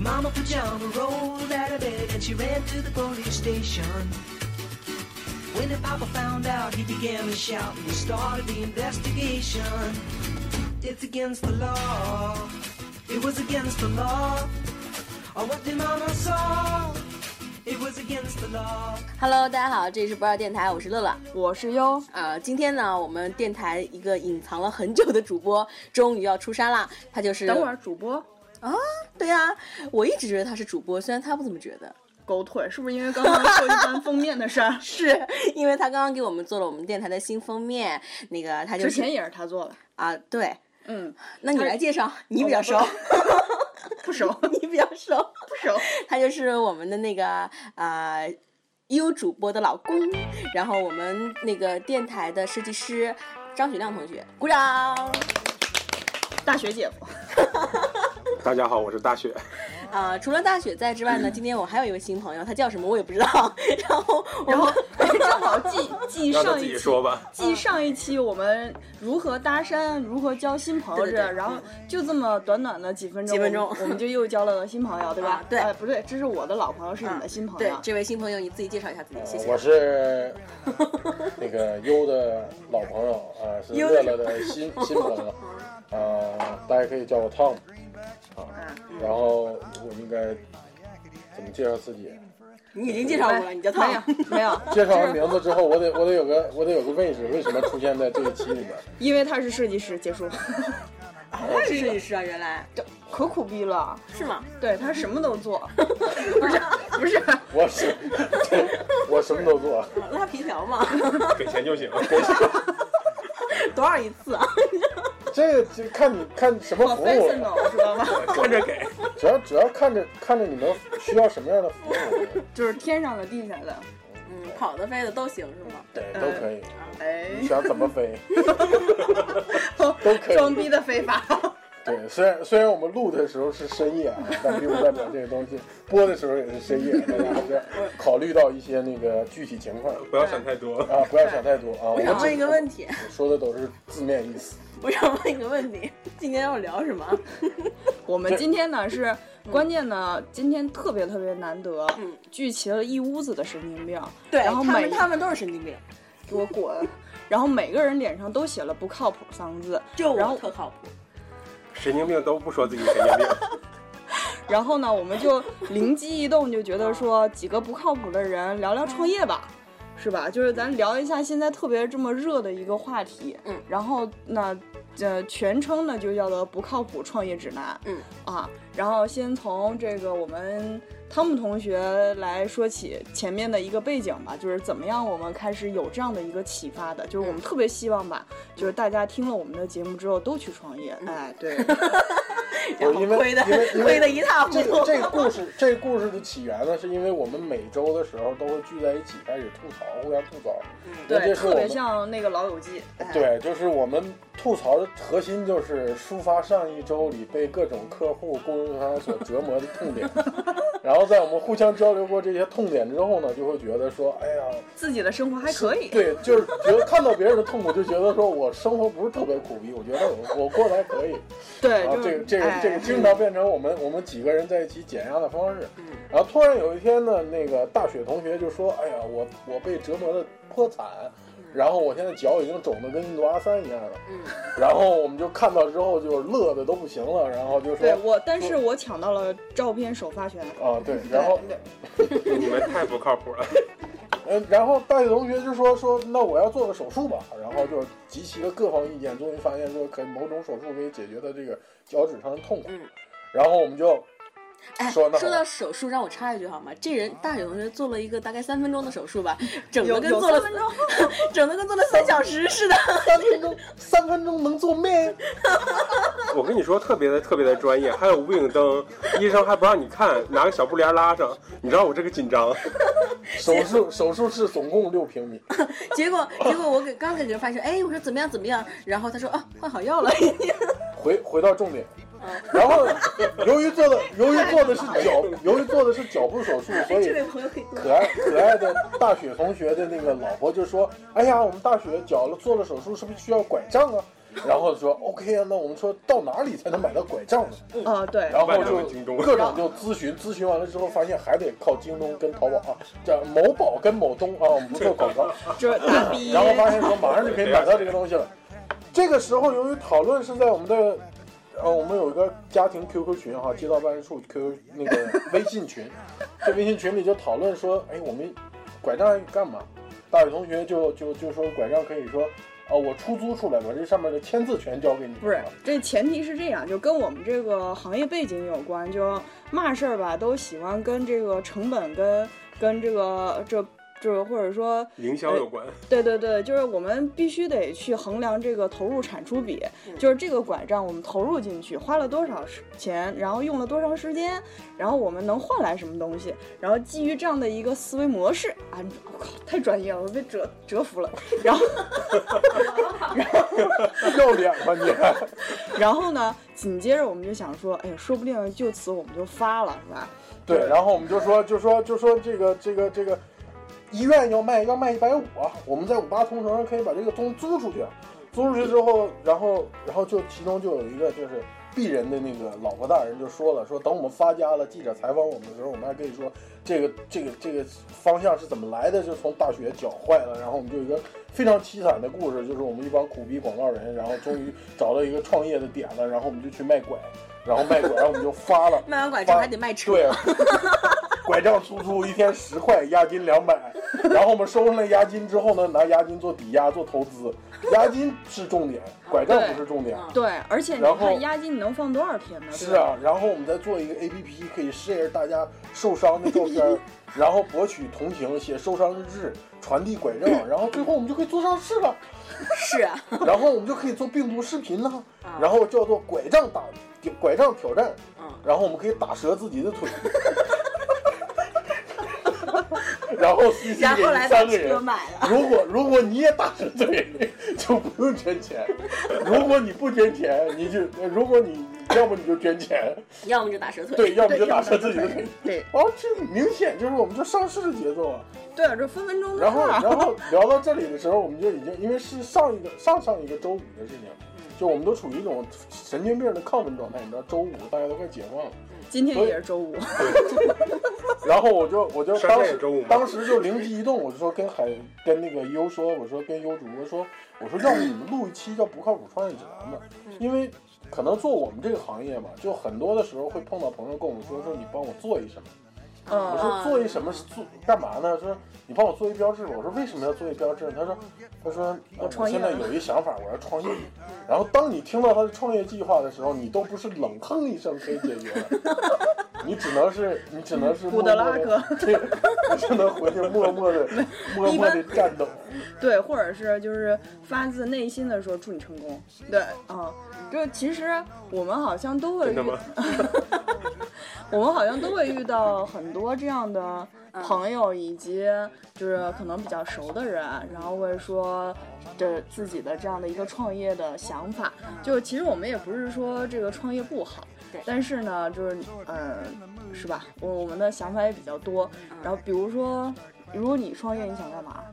Mama Pajama rolled out of bed and she ran to the police station. When the Papa found out, he began to shout and he started the investigation. It's against the law. It was against the law. Or what the Mama saw. It was against the law. Hello，大家好，这里是不二电台，我是乐乐。我是优，呃，今天呢，我们电台一个隐藏了很久的主播终于要出山啦，他就是等会儿主播对啊，我一直觉得他是主播，虽然他不怎么觉得，？狗腿是不是因为刚刚说一番封面的事 儿是 因为他刚刚给我们做了我们电台的新封面，那个他就之是前也是他做的，啊，对，嗯，那你来介 绍，你比较哦熟， 不 熟不你比较熟，熟，他就是我们的那个啊。U 主播的老公，然后我们那个电台的设计师张雪亮同学，鼓掌。大学姐夫，大家好，我是大雪。啊、除了大雪在之 外呢，今天我还有一位新朋友，他叫什么我也不知道。然后我 然们后 正好继继让他上自己一期。说吧。 继上一期我们如何搭讪、如何交新朋友对这，对对然后就这么短短的几分钟，几分钟我们我们就又交了个新朋友，对吧啊？对啊哎不对，这是我的老朋友，是你的新朋对友。这位新朋友，你自己介绍一下自己，谢谢。我是那个优的老朋友啊、呃是优乐乐的新新朋友啊、呃大家可以叫我 Tom 啊、然后我那个怎么介绍自己？你已经介绍过了，你叫没有他。 没有，介绍完名字之后，我得我得有个我得有个位置，为什么出现在这一期里面？因为他是设计师，结 束，他是设计师啊，原来 可苦逼了。是吗？对他什么都做， 不是不是，我是我什么都做，拉皮条嘛，给钱 就行。多少一次 啊？这个这看你看什么服务， professional 知道吗？ 看着给，主要主要看着看着你们需要什么样的服务，就是天上的地下的， 嗯，跑的飞的都行是吗？对都可以，哎，你想怎么飞？可以装逼的非法， 对，虽然虽然我们录的时候是深夜啊，但并不代表这个东西播的时候也是深夜，大家还是考虑到一些那个具体情况不要想太多。啊，不要想太多啊。我我们想问只一个问题，说的都是字面 意思，我想问一个问题，今天要聊什么？我们今天呢是关键呢，今天特别特别难得，嗯聚齐了一屋子的神经病，对，然后他们每他们都是神经病，给我滚， 然后每个人脸上都写了不靠谱三个字，就然我后特靠谱。神经病都不说自己神经病，然后呢，我们就灵机一动，就觉得说几个不靠谱的人聊聊创业吧，是吧？就是咱聊一下现在特别这么热的一个话题。嗯然后那呃，全称呢就叫做不靠谱创业指南。嗯啊，然后先从这个我们汤姆同学来说起前面的一个背景吧，就是怎么样我们开始有这样的一个启发的，嗯就是我们特别希望吧，就是大家听了我们的节目之后都去创业。嗯哎，对。不是因为亏的因为因亏的为一塌糊这个涂。这个故事这个故事的起源呢，是因为我们每周的时候都会聚在一起开始吐槽，互相吐槽，嗯那对，这是特我别们像那个《老友记》。哎对，就是我们吐槽的核心就是抒发上一周里被各种客户、供应商所折磨的 痛点，然后在我们互相交流过这些痛点之后呢，就会觉得说，哎呀，自己的生活还可以。对，就是觉得看到别人的痛苦，就觉得说我生活不是特别苦逼，我觉得我我过得还可以。对然后就这是个这个这个哎经常变成我们我们几个人在一起减压的方式。然后突然有一天呢，那个大雪同学就说：“哎呀，我我被折磨的颇惨，嗯然后我现在脚已经肿得跟印度阿三一样了。”嗯然后我们就看到之后就乐的都不行了，然后就说对我，但是我抢到了照片首发权。：“啊，对。”然后你们太不靠谱了。嗯，然后大学同学就说说，那我要做个手术吧。然后就是集齐了各方意见，终于发现说，可以某种手术可以解决他这个脚趾上的痛苦。嗯然后我们就哎，说呢到手术，让我插一句好吗？这人大雪同学做了一个大概三分钟的手 术吧，整的有跟有做了三分钟， 整的跟做了三小 时似的。三分钟，三分钟能做咩？我跟你说，特别的特别的专业，还有无影灯，医生还不让你看，拿个小布帘拉上，你知道我这个紧 张。手术手术室总共六平米，结果结果我给刚给人发现，哎，我说怎么样怎么样，然后他说啊换好药了， 回回到重点。然后，由于做的由于做的是脚，由于做的是脚部手术，所以这位朋友可以多可爱可爱的大雪同学的那个老婆就说：“哎呀，我们大雪脚了做了手术，是不是需要拐杖啊？”然后说 OK 啊，那我们说到哪里才能买到拐杖呢？啊，对，然后万就能京东各种就咨询，咨询完了之后发现还得靠京东跟淘宝啊，叫某宝跟某东啊，我们不做广告。就是大 逼，然后发现说马上就可以买到这个东西了。这个时候，由于讨论是在我们的，呃，我们有一个家庭 QQ 群哈，街道办事处 QQ 那个微信群， 这微信群里就讨论说，哎，我们拐杖干嘛？大伟同学就就就说拐杖可以说，啊、我出租出来，把这上面的签字权交给你。不 是，这前提是这样，就跟我们这个行业背景有关，就嘛事儿吧，都喜欢跟这个成本跟跟这个这这或者说营销有关，对对对，就是我们必须得去衡量这个投入产出比，就是这个拐杖我们投入进去花了多少时钱，然后用了多长时间，然后我们能换来什么东西，然后基于这样的一个思维模式啊，你我、靠，太专业了，我被折折服了。然后要脸吗你？然后呢，紧接着我们就想说，哎，说不定就此我们就发了，是吧？对，然后我们就说，就说，就说这个，这个，这个，医院要卖，要卖一百五啊！我们在五八同城上可以把这个东西租出去，租出去之后，然后，然后就其中就有一个就是鄙人的那个老婆大人就说了，说等我们发家了，记者采访我们的时候，我们还可以说这个这个这个方向是怎么来的，就从大学脚坏了，然后我们就有一个非常凄惨的故事，就是我们一帮苦逼广告人，然后终于找到一个创业的点了，然后我们就去卖拐，然后卖拐，然后我们就发了。 卖完拐杖还得卖车，对，啊 拐杖出租一天十块，押金两百。然后我们收上来押金之后呢，拿押金做抵押做投资，押金是重点，拐杖不是重点。嗯对，而且你然后看押金你能放多少天呢？是啊，然后我们再做一个 A P P，可以 share 大家受伤的照片，然后博取同情，写受伤日志，传递拐杖，然后最后我们就可以做上市了，是啊，然后我们就可以做病毒视频了啊，然后叫做拐杖打拐杖挑战，嗯，然后我们可以打折自己的腿，然后 CC 然给后你来把三个车人。买了，如果如果你也打折腿， 就不用捐钱；如果你不捐钱，你就如果你要不你就捐钱，要么就打折腿，对，要不对就打要折么就自己的腿。对哦，这明显就是我们就上市的节奏啊。对啊，这分分钟的然后，事儿然后聊到这里的时候，我们就已经因为是上一个上上一个周五的事情，就我们都处于一种神经病的亢奋状态。你知道，周五大家都快解放了。今天也是周五， 然后我就我就山当寨时周五吗当时就灵机一动，我就说跟海跟那个优说，我说跟优主播说，我说要不你们录一期叫不靠谱创业指南吧，嗯因为可能做我们这个行业嘛，就很多的时候会碰到朋友跟我们说说你帮我做一什么，我嗯，说做一什么是做干嘛呢？说你帮我做一标志吧。我说为什么要做一标志呢？他说他说、呃我我创业现在了有一想法，我要创业。然后当你听到他的创业计划的时候，你都不是冷哼一声可以 解决的，你只能是你只能是古德拉默默地 对，你只能回去默 默的默默的战斗。对，或者是就是发自内心的说祝你成功，对啊，就其实我们好像都会真遇的吗？ 我们好像都会遇到很多这样的嗯朋友，以及就是可能比较熟的人，然后会说这自己的这样的一个创业的想法。嗯就是其实我们也不是说这个创业不好对，但是呢，就是呃，是吧？我我们的想法也比较多。嗯然后比如说，如果你创业，你想干嘛？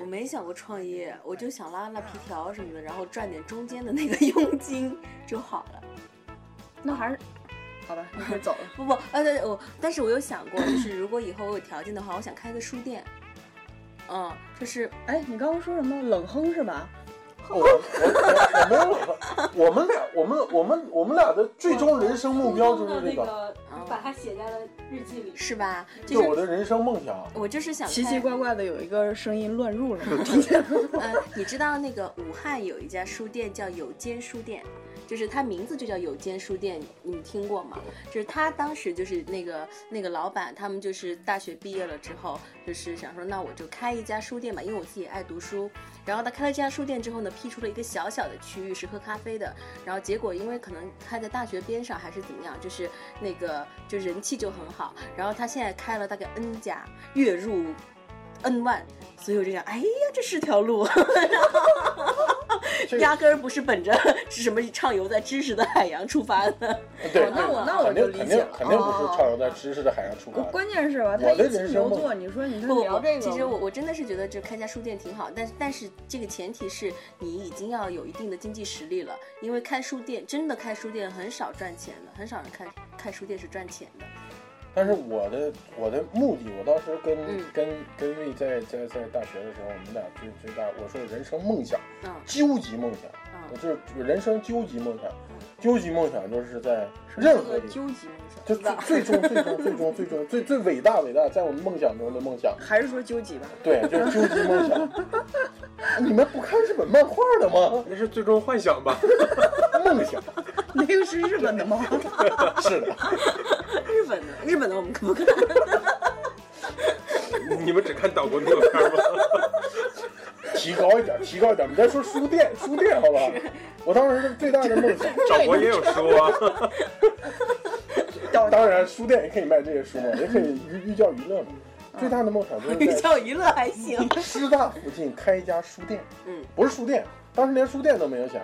我没想过创业，我就想拉拉皮条什么的，然后赚点中间的那个佣金就好了。那还是好吧，你可以走了。不不，呃，对我但是我有想过，就是如果以后我有条件的话，我想开个书店。嗯，就是 哎，你刚刚说什么？冷哼是吧？我我我我们俩我们我们我们俩的最终人生目标就是这那个，个，把它写在了日记里。是吧？就就是我是的人生梦哦想。我就是想奇开奇怪怪的有一个声音乱入了， 听见了吗呃，你知道那个武汉有一家书店叫有间书店，就是它名字就叫有间书店，你们听过吗？就是他当时就是那个那个老板，他们就是大学毕业了之后，就是想说那我就开一家书店吧，因为我自己也爱读书。然后他开了这家书店之后呢，辟出了一个小小的区域是喝咖啡的，然后结果因为可能开在大学边上还是怎么样，就是那个就人气就很好。然后他现在开了大概 N 家，月入 N 万，所以我就想，哎呀，这是条路。这压根儿不是本着是什么畅游在知识的海洋出发的。对，哦那我那我肯就定理肯解定了。肯定不是哦畅游在知识的海洋出发的。关键是吧，他我的一金人生牛梦座，你说 你不这不聊这不，个，其实我我真的是觉得这开家书店挺好，但是但是这个前提是你已经要有一定的经济实力了，因为开书店真的开书店很少赚钱的，很少人开开书店是赚钱的。但是我的我的目的，我当时跟、嗯跟跟丽在在在大学的时候，我们俩最最大，我说人生梦想，嗯究极梦想，我嗯，就是人生究极梦想，究极梦想就是在什么任叫何做地方，究极梦想，就最最终最终最终最终最最伟大伟大，在我们梦想中的梦想，还是说究极吧？对，就是究极梦想。 你们不看日本漫画的吗？那是最终幻想吧？梦想那个是日本的吗？ 是的，日本的日本的我们可不看。你们只看岛国动画片吗？提高一点，提高一点。你再说书 店，书店好不好？我当时最大的梦想。岛国也有书啊。到当然，书店也可以卖这些书嘛，也可以寓寓教于乐嘛。最大的梦想就 寓是在教于乐还行。师大附近开一家书店，嗯，不是书店，当时连书店都没有想，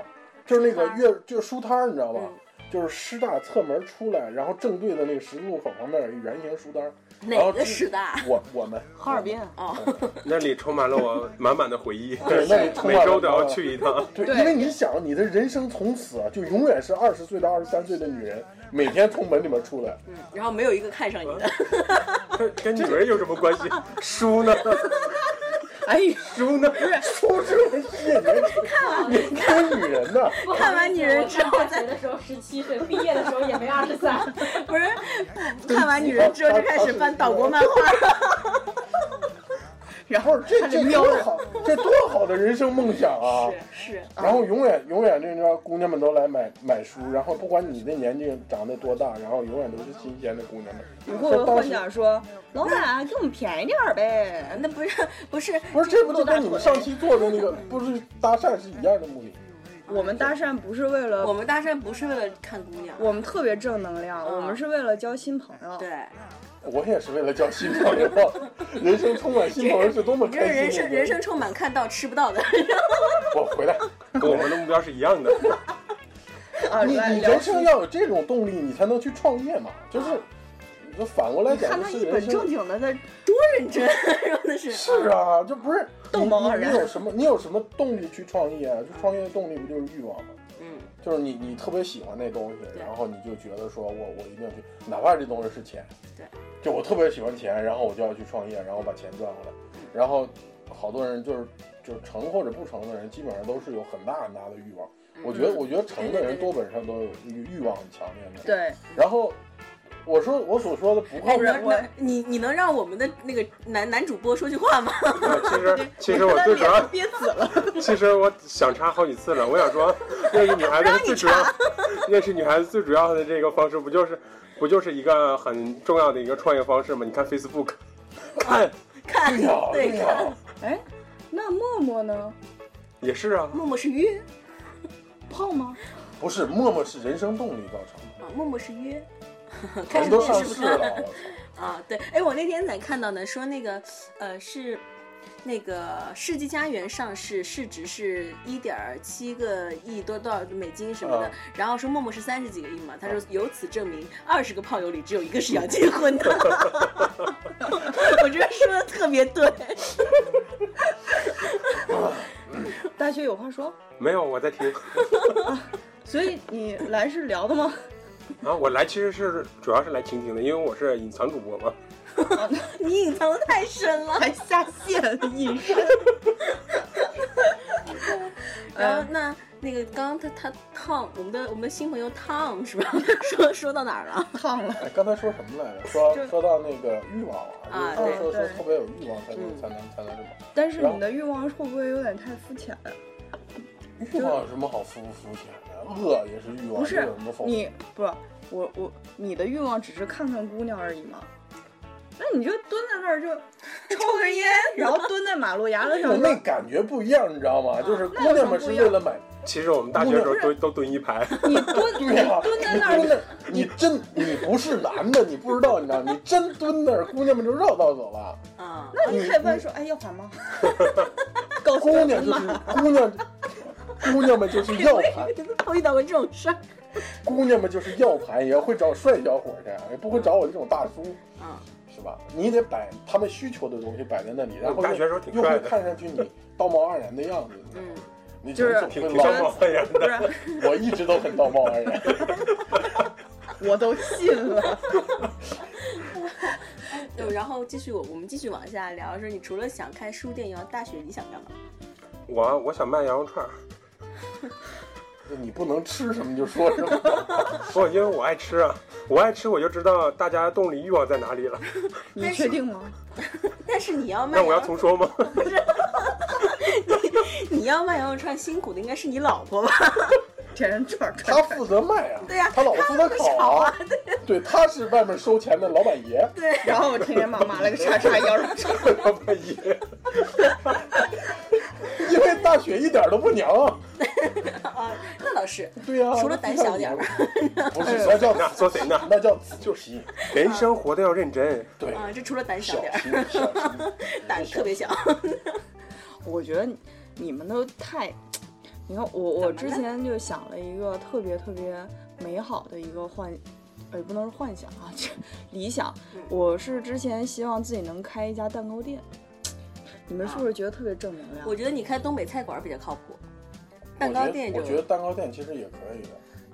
就是那个书摊月就是书摊儿，你知道吧？嗯就是师大侧门出来，然后正对的那个十字路口旁边有一圆形书摊儿，然哪后个师大？我我们 哈尔滨，哦，那里充满了我满满的回忆，对那里充每满了周都要去一趟。对，对因为你想，你的人生从此啊，就永远是二十岁到二十三岁的女人，每天从门里面出来，嗯， 然后没有一个看上你的。跟跟女人有什么 关系？书呢？哎呦，书呢？出这种事啊你你坑女人 呢？ 看完女人之我后上大学的时候十七岁，毕业的时候也没二十三。不是，看完女人之后就开始翻岛国漫画。然后这他这就瞄多着，好，这多好的人生梦想啊！ 是是， 然后永远永远这个姑娘们都来买买书，然后不管你的年纪长得多大，然后永远都是新鲜的姑娘们。你会不会当幻时想说，老板啊给我们便宜点儿呗？ 那不是不是不是这不就跟你们上期做的那个不是搭讪是一样的目的？我们搭讪不是为我了，们搭讪不是为了看姑娘，我们特别正能量，我们是为了交新朋友。对，我也是为了交新朋友， 人生充满新朋友是多么你就是开人心生的一人件生事。充满看到吃不 到的。 我回来，跟我们的目标是一样的。啊，你来你聊人生要有这种动力，你才能去创业嘛。就是，你就反过来你讲，看就他是一人本生正经的在，认真，真的是是啊，这不是道你貌岸你然你 有什么？你有什么动力去创业啊？就创业的动力不就是欲望吗？嗯，就是你你特别喜欢那东西，对然后你就觉得说我我一定要去，哪怕这东西是钱，对，就我特别喜欢钱，然后我就要去创业，然后把钱赚回来，嗯然后好多人就是就是成或者不成的人，基本上都是有很大很大的嗯欲望。我觉得我觉得成的人对对对多本上都有欲欲望很强烈的，。对，然后我说我所说的不哎，靠谱，能能你你能让我们的那个男男主播说句话吗？ 其实其实我最主要憋死了。 其实我想插好几次了，我想说，认识女孩子最主要，认识女孩子最主要的这个方式，不就是不就是一个很重要的一个创业方式吗？你看 Facebook，看看对呀，对呀、看，哎，那默默呢？也是啊，默默是约胖吗？不是默默是人生动力造成的。啊，默默是约， 开人始都面上试不市看了，我操啊，对，哎，我那天才看到呢，说那个呃是那个世纪佳缘上市，市值是一点七个亿多多少美金什么的，啊然后说陌陌是三十几个亿嘛，他说由此证明二十个炮友里只有一个是要结婚 的，我觉得说的特别对，大学有话说，没有我在听所以你来是聊的吗？ 啊，我来其实是主要是来倾听的，因为我是隐藏主播嘛。你隐藏的太深了。还下线隐 身。呃然嗯后那那个刚刚他他 Tom，我们的我们的新朋友 Tom 是吧？ 说说到哪儿了？烫了，哎，刚才说什么来着？说就说到那个欲望啊啊，就是对说说对特别有欲望才能嗯才能才能什么？但是你的欲望会不会有点太肤浅啊了？欲望有什么好肤不肤浅的？饿也是欲望，不这是有什么否？你不，我我你的欲望只是看看姑娘而已吗？那你就蹲在那儿 就抽根烟，啊然后蹲在马路牙子上那感觉不一样，你知道啊吗？就是姑娘们是为了买，其实我们大学的时候都都蹲一排，你蹲 对啊呀，蹲在你那儿蹲那儿，你真你不是男的，你不知道，你知道，你真蹲那儿，姑娘们就绕道走了。啊， 那你还问说，哎，要还吗？搞姑娘就是姑娘，姑娘们就是要盘，真的遇到过这种事儿。姑娘们就是要盘，也会找帅小伙去，也不会找我这种大叔，嗯，是吧？你得把他们需求的东西摆在那里，然后大学又时候挺又帅会的看上去你道貌岸然的样子，嗯，你就是你总会挺挺老道貌岸然的。不是，我一直都很道貌岸然， 我都信了。对，然后继续我我们继续往下聊，说你除了想开书店以外，大学你想干嘛？ 我我想卖羊肉串儿，你不能吃什么就说什么。不，因为我爱吃啊，我爱吃，我就知道大家动力欲望在哪里了。你确定 吗？但是你要卖那羊我肉要重说吗？ 你要卖羊肉串，辛苦的应该是你老婆吧？ 这人串 儿串他儿串儿负责卖啊，对呀他老负责烤烤啊，对，他是外面收钱的老板爷，对， 然后我听人骂骂了个叉 叉腰肉串儿，老板爷，因为大雪一点都不娘啊，啊，那倒是，对呀、除了胆小点儿吧哎那不是，那叫那说谁呢？那叫就皮，人生活得要认 真。对，啊，这除了胆小小点儿，皮小皮，胆特别小。我觉得你你们都太，你看我我怎之么了前就想了一个特别特别美好的一个幻，呃，也不能是幻想啊，这理想嗯。我是之前希望自己能开一家蛋糕店，你们是不是觉得特别正能量 我？觉得你开东北菜馆儿比较靠谱， 我蛋觉糕得店就我觉得蛋糕店其实也可以的，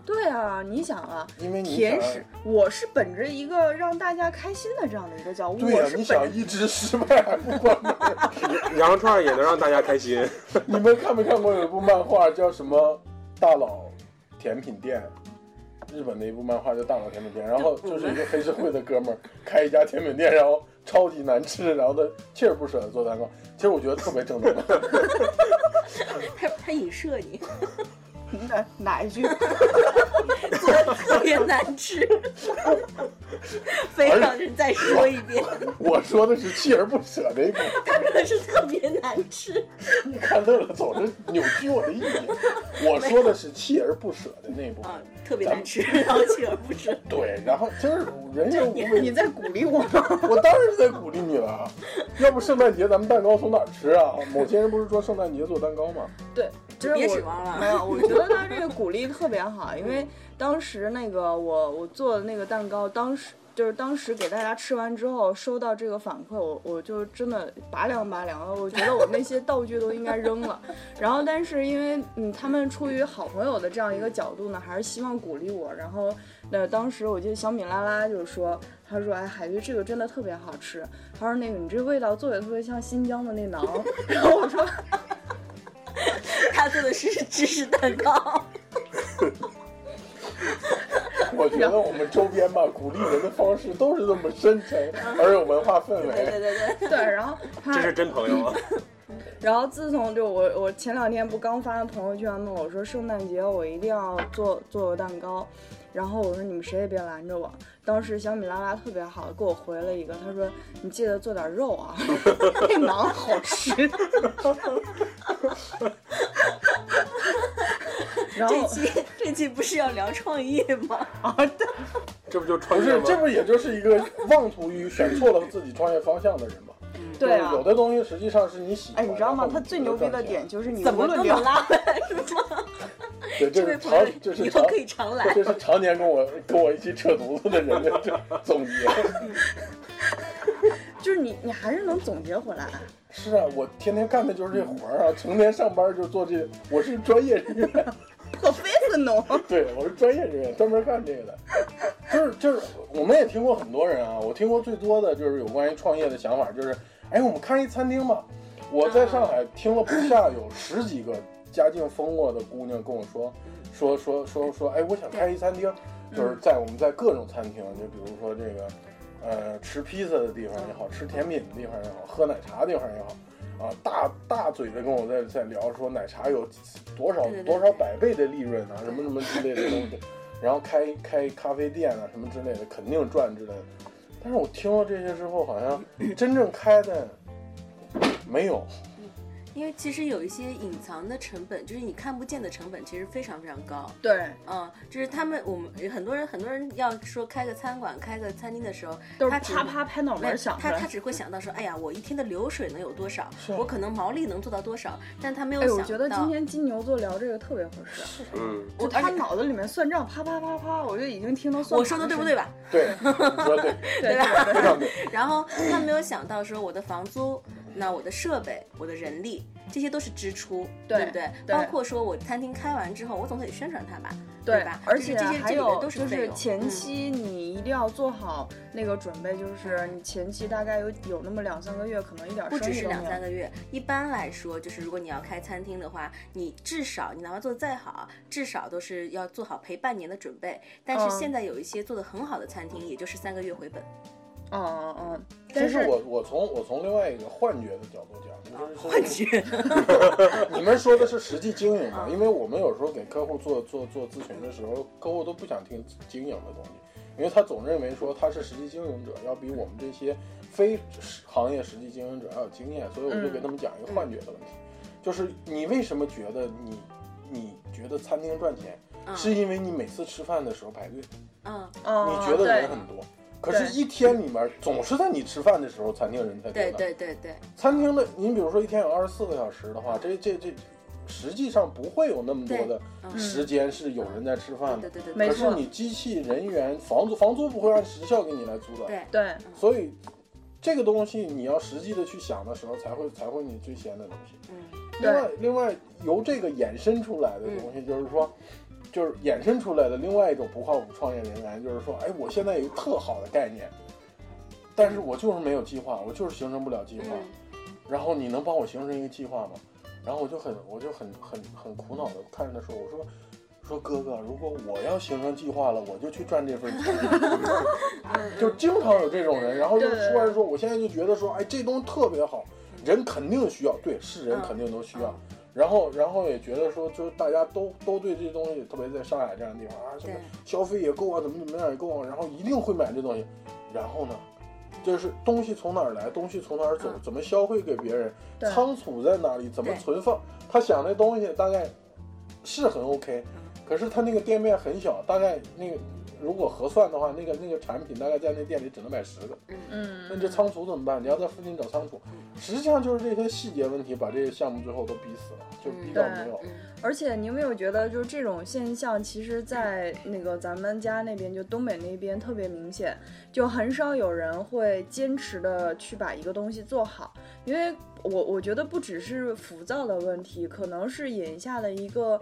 对啊，你想啊，因为你甜想食，我是本着一个让大家开心的这样的一个角度，对呀、我是你本想着 一直失败还不关门儿，羊肉串儿也能让大家开 心。你们看没看过有一部漫画叫什么《大佬甜品店》？日本的一部漫画叫《大佬甜品店》，然后就是一个黑社会的哥们儿开一家甜品店，然后超级难吃，然后他锲而不舍的做蛋糕。其实我觉得特别正能量。 他他影射你， 哪哪一 句？做的特别难吃， 非让人再说一遍，我说的是锲而不舍的一部，他真的是特别难吃。你看乐乐总是扭曲我的意见。我说的是锲而不舍的那一部分啊。，特别难吃， 然后锲而不舍。对，然后就是人生无你味 你在鼓励我吗？我当然是在鼓励你了，啊要不圣诞节咱们蛋糕从哪儿吃啊？某些人不是说圣诞节做蛋糕吗？对，就是别我指望了没有，我觉得他 这个鼓励特别好，因为当时那个我我做的那个蛋糕，当时就是当时给大家吃完之后，收到这个反馈，我我就真的拔凉拔凉了。我觉得我那些道具都应该扔了。 然后，但是因为嗯，他们出于好朋友的这样一个角度呢，还是希望鼓励我。然后，那当时我记得小米拉拉就说。他说：“哎，海鱼这个真的特别好吃。”他说：“那个你这味道做的特别像新 疆的那 馕。”然后我说：“他做的是芝士蛋糕， 我觉得我们周边吧，鼓励人的方式都是这么深沉而有文化氛对对围。对对，对，然后他这是真朋 友啊！然后自从就我我前两天不刚发朋友圈吗？我说圣诞节我一定要做做个蛋糕，然后我说你们谁也别拦着我。当时小米拉拉特别好，给我回了一个，他说你记得做点肉啊， 那馕好吃。然这后期这期不是要聊创业吗？这不就创不业是，吗？这不也就是一个妄图于选错了自己创业方向的人吗？对就啊是有，的东西实际上是你喜欢。哎，你知道吗然？后他最你觉得牛逼的赚钱点，就是你怎无么论都聊能拉回来，是吗？ 对，这位是朋友常，这是以常后，可 以常来。这是常年跟我跟我一起扯犊子的人的这总结。就是你你还是能总结回来。是啊，我天天干的就是这活儿啊，成天上班就做这，我是专业人员。 professional， 对，我是专业人员，专门干这个的。就是就是，我们也听过很多人啊，我听过最多的就是有关于创业的想法，就是，哎，我们开一餐厅吧。我在上海听了不下有十几个家境丰沃的姑娘跟我说，说说说说，哎，我想开一餐厅，就是嗯在我们在各种餐厅，就比如说这个，呃，吃披萨的地方也好，吃甜嗯品的地方也好，喝奶茶的地方也好。啊，大大嘴的跟我在在聊说奶茶有多少对对对多少百倍的利润啊，什么什么之类的东西， 然后开开咖啡店啊什么之类的，肯定赚之类的。但是我听了这些之后，好像真正开的没有，因为其实有一些隐藏的成本，就是你看不见的成本，其实非常非常高。对，嗯，就是他们，我们很多人，很多人要说开个餐馆、开个餐厅的时候，都是他只啪啪拍脑没门有儿想出他他来。只会想到说，哎呀，我一天的流水能有多少，是我可能毛利能做到多少，但他没有哎，想我到。觉得今天金牛座聊这个特别合适，嗯，就我他而且脑子里面算账，啪啪啪啪，我就已经听到算。我说的对不对？吧？对，你说对，对吧？非常对。然后他没有想到说我的房租、那我的设备、我的人力，这些都是支出，对不对？对包括说我餐厅开完之后，我总得宣传它吧，对吧？而就是且这些还这里面有都就费是用嗯前、期你一定要做好那个准备，就是你前期大概有有那么两三个月，可能一点嗯不生只意是都两没三有。个月。一般来说，就是如果你要开餐厅的话，你至少你哪怕做的再好，至少都是要做好陪半年的准备。但是嗯现在有一些做的很好的餐厅，也就是三个月回本。嗯嗯嗯，其但实是我我从我从另外一个幻觉的角度讲，幻觉，你们说的是实际经营嘛？因为我们有时候给客户做做做咨询的时候，客户都不想听经营的东西，因为他总认为说他是实际经营者，要比我们这些非行业实际经营者要有经验，所以我就嗯给他们讲一个幻觉的问题，就是你为什么觉得你你觉得餐厅赚钱，嗯是因为你每次吃饭的时候排队，嗯，嗯，你觉得对人很多。可是，一天里面总是在你吃饭的时候，餐厅人才多对呢。对对对，餐厅的，你比如说一天有二十四个小时的话，这这这，实际上不会有那么多的嗯时间是有人在吃饭对的。对对，没可错是你机器人员房租房租不会按时效给你来租的，对。对所以这个东西你要实际的去想的时候，才会才会你最先的东西。嗯另外，另外由这个衍生出来的东西，就是说，就是衍生出来的另外一种不靠谱创业人员，就是说，哎，我现在有一个特好的概念，但是我就是没有计划，我就是形成不了计划。嗯然后你能帮我形成一个计划吗？然后我就很我就很很很苦恼的看着他说，我说说哥哥，如果我要形成计划了，我就去赚这份钱。就经常有这种人，然后就对对对突然说，我现在就觉得说，哎，这东西特别好，人肯定需要，对，是人嗯肯定都需要。然后，然后也觉得说，就是大家都都对这东西，特别在上海这样的地方啊，什么对消费也够啊，怎么怎么样也够啊，然后一定会买这东西。然后呢，就是东西从哪儿来，东西从哪儿走，嗯怎么消费给别人，对仓储在哪里，怎么对存放。他想这东西大概是很 OK，嗯可是他那个店面很小，大概那个如果核算的话，那个那个产品大概在那店里只能买十个，嗯，那你这仓储怎么办？你要在附近找仓储，实际上就是这些细节问题把这些项目最后都逼死了，就逼到没有。嗯而且你有没有觉得，就是这种现象，其实，在那个咱们家那边，就东北那边特别明显，就很少有人会坚持的去把一个东西做好，因为我我觉得不只是浮躁的问题，可能是眼下的一个，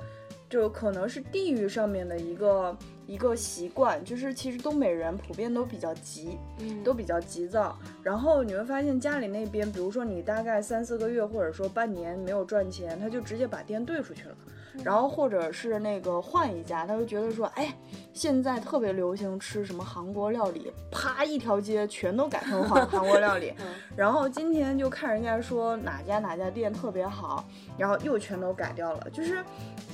就可能是地域上面的一个一个习惯，就是其实东北人普遍都比较急，嗯都比较急躁。然后你会发现家里那边，比如说你大概三四个月或者说半年没有赚钱，他就直接把店兑出去了。嗯然后或者是那个换一家，他就觉得说，哎，现在特别流行吃什么韩国料理，啪一条街全都改成韩 韩国料理。嗯然后今天就看人家说哪家哪家店特别好，然后又全都改掉了。就是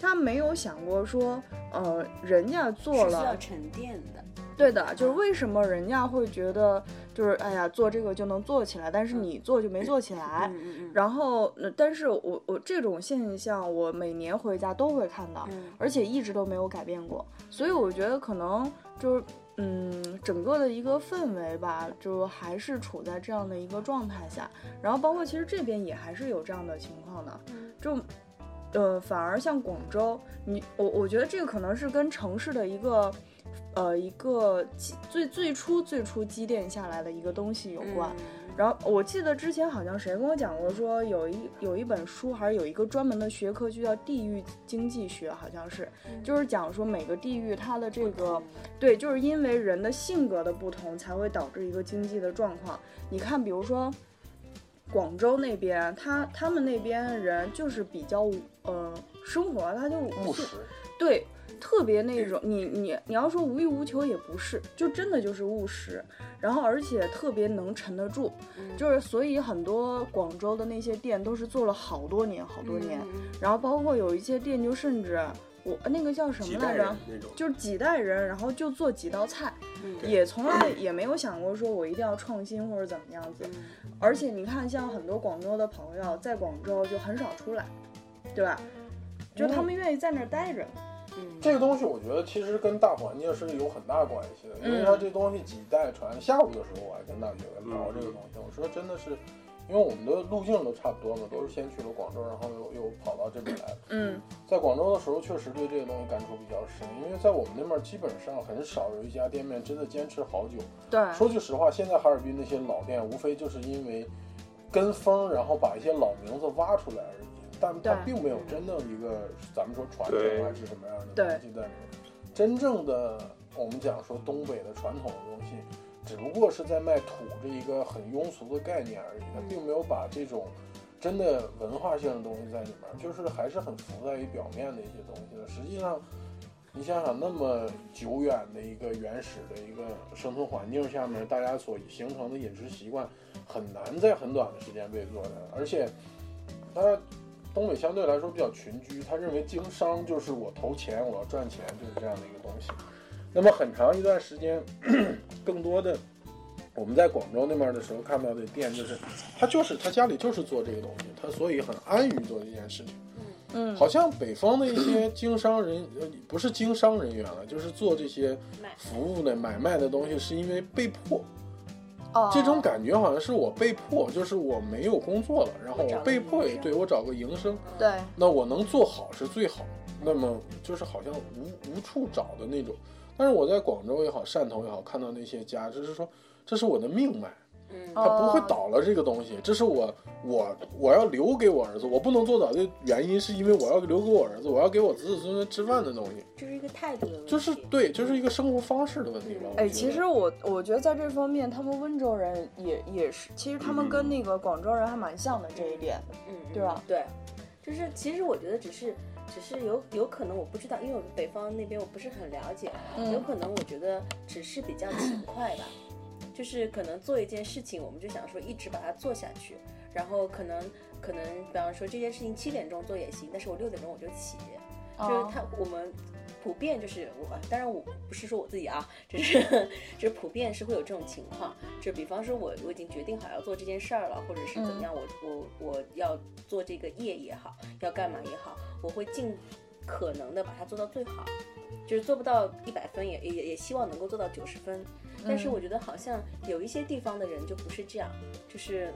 他没有想过说，呃，人家做是需了要沉淀的，对的，就是为什么人家会觉得就是哎呀做这个就能做起来，但是你做就没做起来。嗯嗯然后，呃但是我我这种现象，我每年回家都会看到，嗯而且一直都没有改变过。所以我觉得可能就是嗯，整个的一个氛围吧，就还是处在这样的一个状态下。然后包括其实这边也还是有这样的情况的，就。呃，反而像广州，你我我觉得这个可能是跟城市的一个，呃，一个积最最初最初积淀下来的一个东西有嗯，关。嗯然后我记得之前好像谁跟我讲过，说有一有一本书，还是有一个专门的学科，就叫地域经济学，好像是，就是讲说每个地域它的这个，对，就是因为人的性格的不同，才会导致一个经济的状况。你看，比如说广州那边，他他们那边人就是比较，呃，生活他就务实，对，特别那种你你你要说无欲无求也不是，就真的就是务实，然后而且特别能沉得住，嗯就是所以很多广州的那些店都是做了好多年好多年，嗯嗯然后包括有一些店就甚至我那个叫什几么代来人着？那种，就是几代人，然后就做几道菜，嗯也从来也没有想过说我一定要创新或者怎么样子。嗯而且你看，像很多广州的朋友在广州就很少出来，对吧？就他们愿意在那儿待着。嗯，这个东西我觉得其实跟大环境是有很大关系的，因为嗯它这东西几代传。下午的时候我还跟大姐聊这个东西，我说真的是，因为我们的路径都差不多嘛，都是先去了广州，然后又又跑到这边来了。嗯在广州的时候，确实对这个东西感触比较深，因为在我们那边基本上很少有一家店面真的坚持好久。对，说句实话，现在哈尔滨那些老店，无非就是因为跟风，然后把一些老名字挖出来而已，但它对并没有真正一个咱们说传对承还是什么样的对东西在里面。真正的我们讲说东北的传统的东西，只不过是在卖土这一个很庸俗的概念而已，它并没有把这种。真的文化性的东西在里面，就是还是很浮在于表面的一些东西的。实际上，你想想，那么久远的一个原始的一个生存环境下面，大家所形成的饮食习惯，很难在很短的时间被做的。而且，他东北相对来说比较群居，他认为经商就是我投钱，我要赚钱，就是这样的一个东西。那么很长一段时间， 更多的我们在广州那边的时候看到的店，就是他就是他家里就是做这个东西，他所以很安于做这件事情。嗯，好像北方的一些经商人，呃，不是经商人员了，就是做这些服务的买卖的东西，是因为被迫。哦这种感觉好像是我被迫，就是我没有工作了，然后我被迫也对我找个营生，对，那我能做好是最好。那么就是好像无无处找的那种。但是我在广州也好，汕头也好，看到那些家，就是说这是我的命脉，嗯它不会哦倒了这个东西，这是我我我要留给我儿子，我不能做到的原因是因为我要留给我儿子，我要给我子子孙孙吃饭的东西，这是一个态度的问题，嗯就是对，就是一个生活方式的问题吧。我觉哎，得其实我我觉得在这方面，他们温州人也也是，其实他们跟那个广州人还蛮像的这一点。嗯，嗯对吧？对，就是其实我觉得只是只是有有可能我不知道，因为我北方那边我不是很了解，有可能我觉得只是比较勤快吧，就是可能做一件事情，我们就想说一直把它做下去，然后可能可能比方说这件事情七点钟做也行，但是我六点钟我就起，就是他我们普遍就是我，当然我不是说我自己啊，只是 就是普遍是会有这种情况，就比方说我我已经决定好要做这件事儿了，或者是怎么样，我我我要做这个业也好，要干嘛也好，我会尽可能的把它做到最好，就是做不到一百分也也也希望能够做到九十分，但是嗯我觉得好像有一些地方的人就不是这样，就是。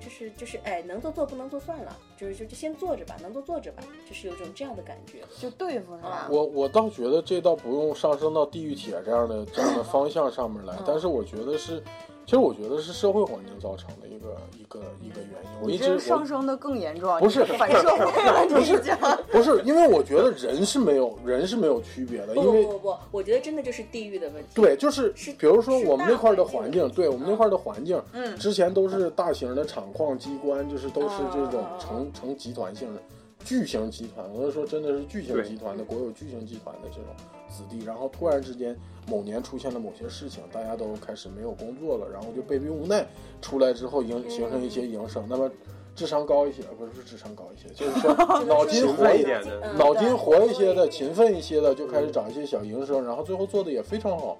就是就是哎，能做做，不能做算了，就是就就先做着吧，能做做着吧，就是有种这样的感觉。呃就对付是吧？我我倒觉得这倒不用上升到地狱铁这样的这样的方向上面来，嗯但是我觉得是，其实我觉得是社会环境造成的一个一个一个原因。我一你直这我上升的更严重，不是你反社会了，你是讲不是因为我觉得人是没有人是没有区别的，不哦因为不不不，我觉得真的就是地域的问题。对，就是是比如说是我们那大块儿的环环境境，对我们那块儿的环境，嗯之前都是大型的厂矿机关，就是都是这种啊啊啊啊成成集团性的巨型集团，我是说真的是巨型对集团嗯的国有巨型集团的这种子弟，然后突然之间某年出现了某些事情，大家都开始没有工作了，然后就被逼无奈出来之后嗯营形成一些营生，那么。智商高一些，不是不是智商高一些，就 是说脑筋勤活奋一一点。点的，嗯脑筋活一些的、勤奋。奋一些的，就开始找一些小营生，然后最后做的也非常好。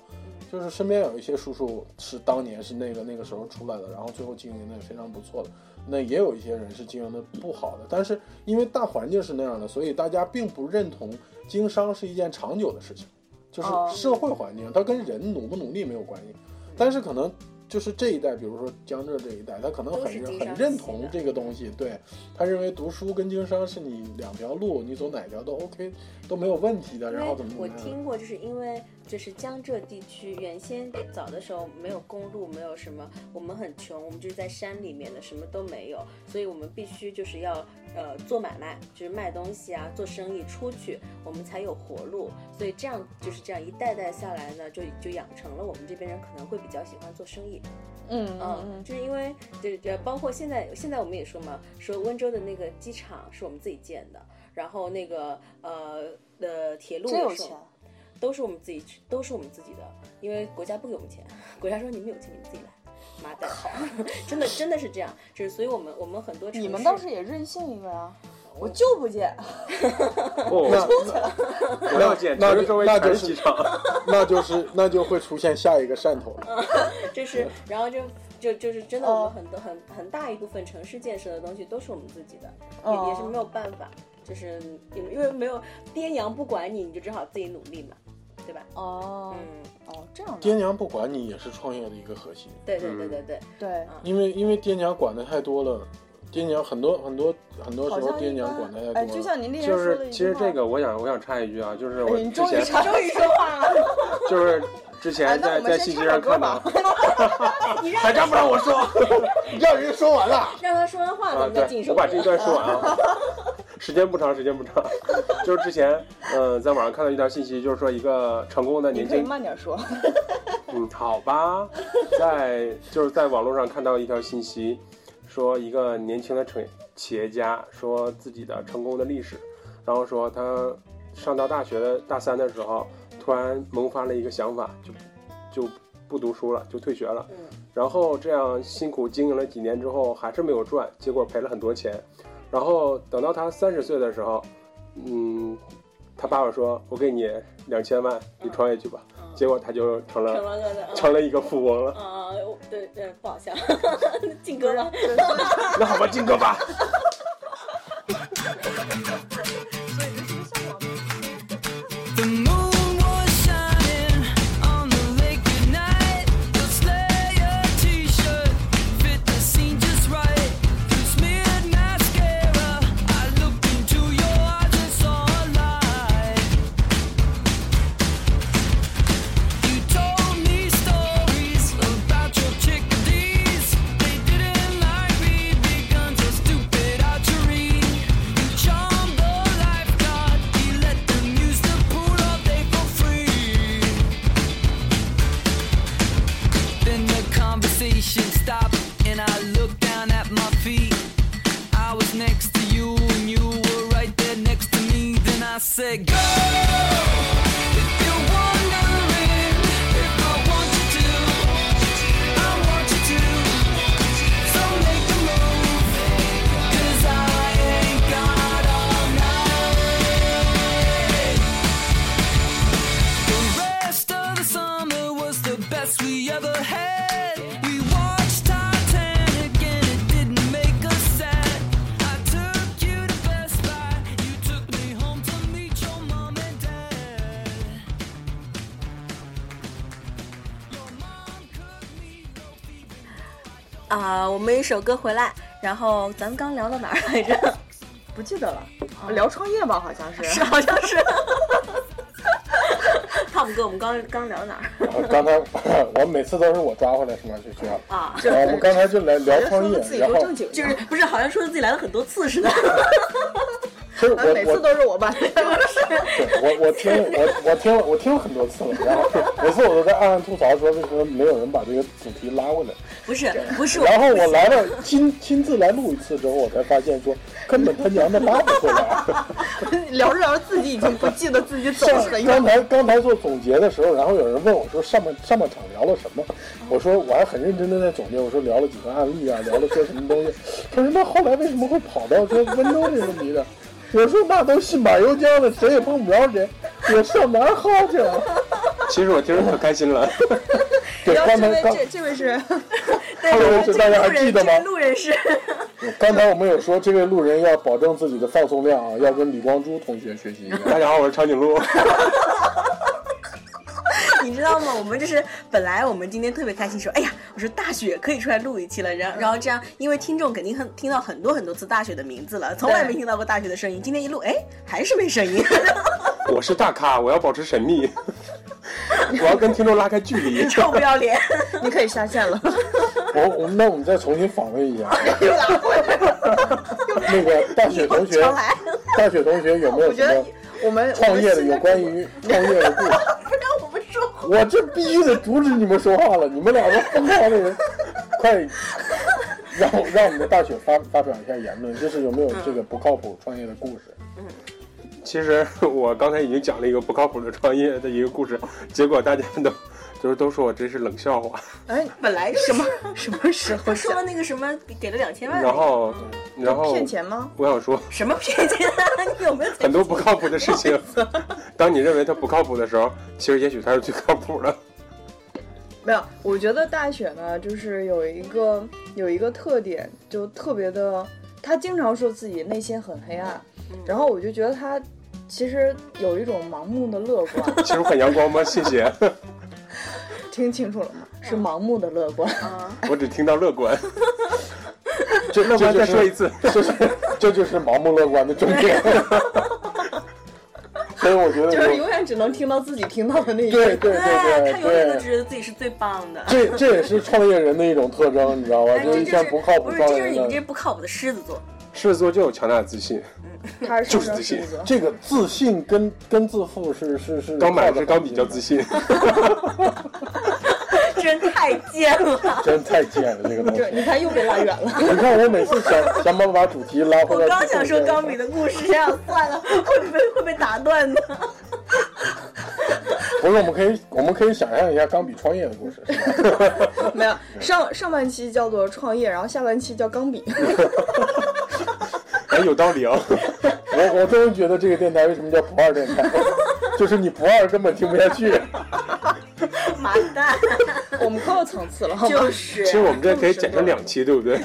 就是身边有一些叔叔是当年是那个那个时候出来的，然后最后经营的也非常不错的。那也有一些人是经营的不好的，但是因为大环境是那样的，所以大家并不认同经商是一件长久的事情，就是哦社会环境，它跟人努不努力没有关系。嗯但是可能就是这一代，比如说江浙这一代，他可能都很是经很商认系同的这个东西，对他认为读书跟经商是你两条路，你走哪条都 OK，都没有问题的。因然为后怎么怎我么样？听过，就是因为就是江浙地区原先早的时候没有公路，没有什么，我们很穷，我们就是在山里面的，什么都没有，所以我们必须就是要呃做买卖，就是卖东西啊，做生意出去，我们才有活路。所以这样就是这样一代代下来呢，就就养成了我们这边人可能会比较喜欢做生意，嗯嗯，就是因为对对，包括现在现在我们也说嘛，说温州的那个机场是我们自己建的，然后那个呃呃铁路真有也是我钱们，都是我们自己去，都是我们自己的，因为国家不给我们钱， 国家说你们有钱你们自己来。妈 蛋，真的真的是这样，就是所以我们我们很多城市你们倒是也任性一个呀，啊我就不见。不，那我要剪，那整个周围那全就是机场。 那就是那就会出现下一个汕头了。就是， 然后就就就是真的，我哦们很多很很大一部分城市建设的东西都是我们自己的，哦也也是没有办法，就是因为没有爹娘不管你，你就只好自己努力嘛，对吧？哦嗯，哦，这样爹的。娘不管你也是创业的一个核心，对对嗯对对对，对，因为因为爹娘管的太多了，爹娘很多很多很多好时候像爹一娘般管的太。多哎，了。就像您那人 就说的 是一句话，其实这个，我想我想插一句啊，就是我哎，你之终于前插终于说话了。就是之哎前那在我们在先信唱息首上歌看吧到，。还让不让 我说？让人说完了，让他说完 话，咱啊，们再进对，手。我把这一段说完啊。时间不长，时间不长， 就是之前，嗯、在网上看到一条信息，就是说一个成功的你年可以轻慢点说。嗯，好吧，在就是在网络上看到一条信息，说一个年轻的成企业家说自己的成功的历史，然后说他上到大学的大三的时候，突然萌发了一个想法，就就不读书了，就退学了。然后这样辛苦经营了几年之后，还是没有赚，结果赔了很多钱。然后等到他三十岁的时候，嗯，他爸爸说：“我给你两千万，你创业去吧。”结果他就成了成了个的，成了一个富翁了。啊，嗯我对对，不好笑， 劲歌了。 那好吧，金哥吧。 The moon was shining on the lake at night. Your Slayer T-shirt fit the scene just right. Through smeared mascara, I looked into your eyes and saw a light. You told me stories about your chickadees. They didn't like me because of stupid archery. You charmed the lifeguard. He let them use the pool all day for free. Then the conversation stopped, and I looked down at my feet. I was next to you, and you were right there next to me. Then I said, Go. If you're wondering if I want you to, I want you to. So make the move, 'cause I ain't got all night. The rest of the summer was the best we ever had. We watched Titanic and it didn't make us sad. I took you to Best Buy, you took me home to meet your mom and dad. Your mom cooked me low 啊、我们一首歌回来，然后咱们刚聊到哪儿来着？不记得了，聊创业吧，好像啊是。是好像是。汤姆哥，我们刚刚聊到哪儿啊 刚才 我每次都是我抓回来什么去学校。啊？啊，我们刚才就来聊 说创业的自，己然多后正经，就是不是好像说自己来了很多次似的？其实我哎每次我都是我吧。对我我听我我听了我听了很多次了，然后每次我都在暗暗吐槽说为什么没有人把这个主题拉回来。不是，不是我。然后我来了亲亲自来录一次之后，我才发现说根本他娘的拉不回来。 聊着聊着，自己已经不记得自己走了很上远刚。才刚才做总结的时候，然后有人问我说上半上半场聊了什么，我说我还很认真的在总结，我说聊了几个案例啊，聊了些什么东西。他说那后来为什么会跑到说温州这个问题呢？我说那都信马由缰了，谁也碰不着谁，我上哪儿薅去啊？ 其实我听着可开心了， 对，然后刚这才位刚这这位是 这位是大家还记得吗？路人是 刚才我们有说这位路人要保证自己的放松量啊，要跟李光洙同学学习一 下。大家好，我是长颈鹿。 你知道吗？我们就是本来我们今天特别开心，说哎呀，我说大雪可以出来录一期了，然后然后这样，因为听众肯定很听到很多很多次大雪的名字了，从来没听到过啊大雪的声音，今天一录，哎，还是没声音。 我是大咖，我要保持神秘， 我要跟听众拉开距 离。臭不要脸！你可以下线了。我我那我们再重新访问一下，哎 那个大雪同学又来，大雪同学有没有我什觉得哎么 我们创业的有关于创业的故事？让我们说话，我这必须得阻止你们说话了，你们俩都疯狂的人，快让让我们的大雪发发表一下言论，就是有没有这个不靠谱创业的故事？其实我刚才已经讲了一个不靠谱的创业的一个故事，结果大家都 就是都说我真是冷笑话。哎，本来就是什么 什么时候他说想的那个什么给了两千万，然后，然后骗钱吗？我想说，什么骗钱啊？ 你有没有？很多不靠谱的事 情，当你认为它不靠谱的时候，其实也许它是最靠谱的。没有，我觉得大雪呢，就是有一个有一个特点，就特别的，他经常说自己内心很黑暗，然后我就觉得他其实有一种盲目的乐观，其实我很阳光吗？谢谢， 听清楚了吗？嗯是盲目的乐观。我只听到乐观。这乐就观再就说一是次，这是 这就是盲目乐观的重点。 所以我嗯觉得就是就永远只能听到自己听到的那一对对句。对对他永远都对，觉得自己是最棒的。这这也是创业人的一种特征，你知道吗？哎就是这一就是些不靠谱不是，创这业就是你们这人。不靠谱的狮子座。狮子座就有强大的自信，他是就上是升自信狮子座，这个自信跟跟自负是是是刚买的靠啊得是钢很笔近叫的自信。真太贱了！ 真太贱了，这个东对，西。你看又被拉远了。你看我每次想想办法把主题拉回我来，刚想 说钢笔的故事，想想算了， 会被会被打断的。不是，我们可以我们可以想象一下钢笔创业的故事。是 吧没有上上半期叫做创业，然后下半期叫 钢笔。 哎，有道理啊！我我终于觉得这个电台为什么叫不二电台， 就是你不二根本听不下去。妈蛋， 我们够有层次了，好吗？就是其实我们这可以剪成两期，对不 对？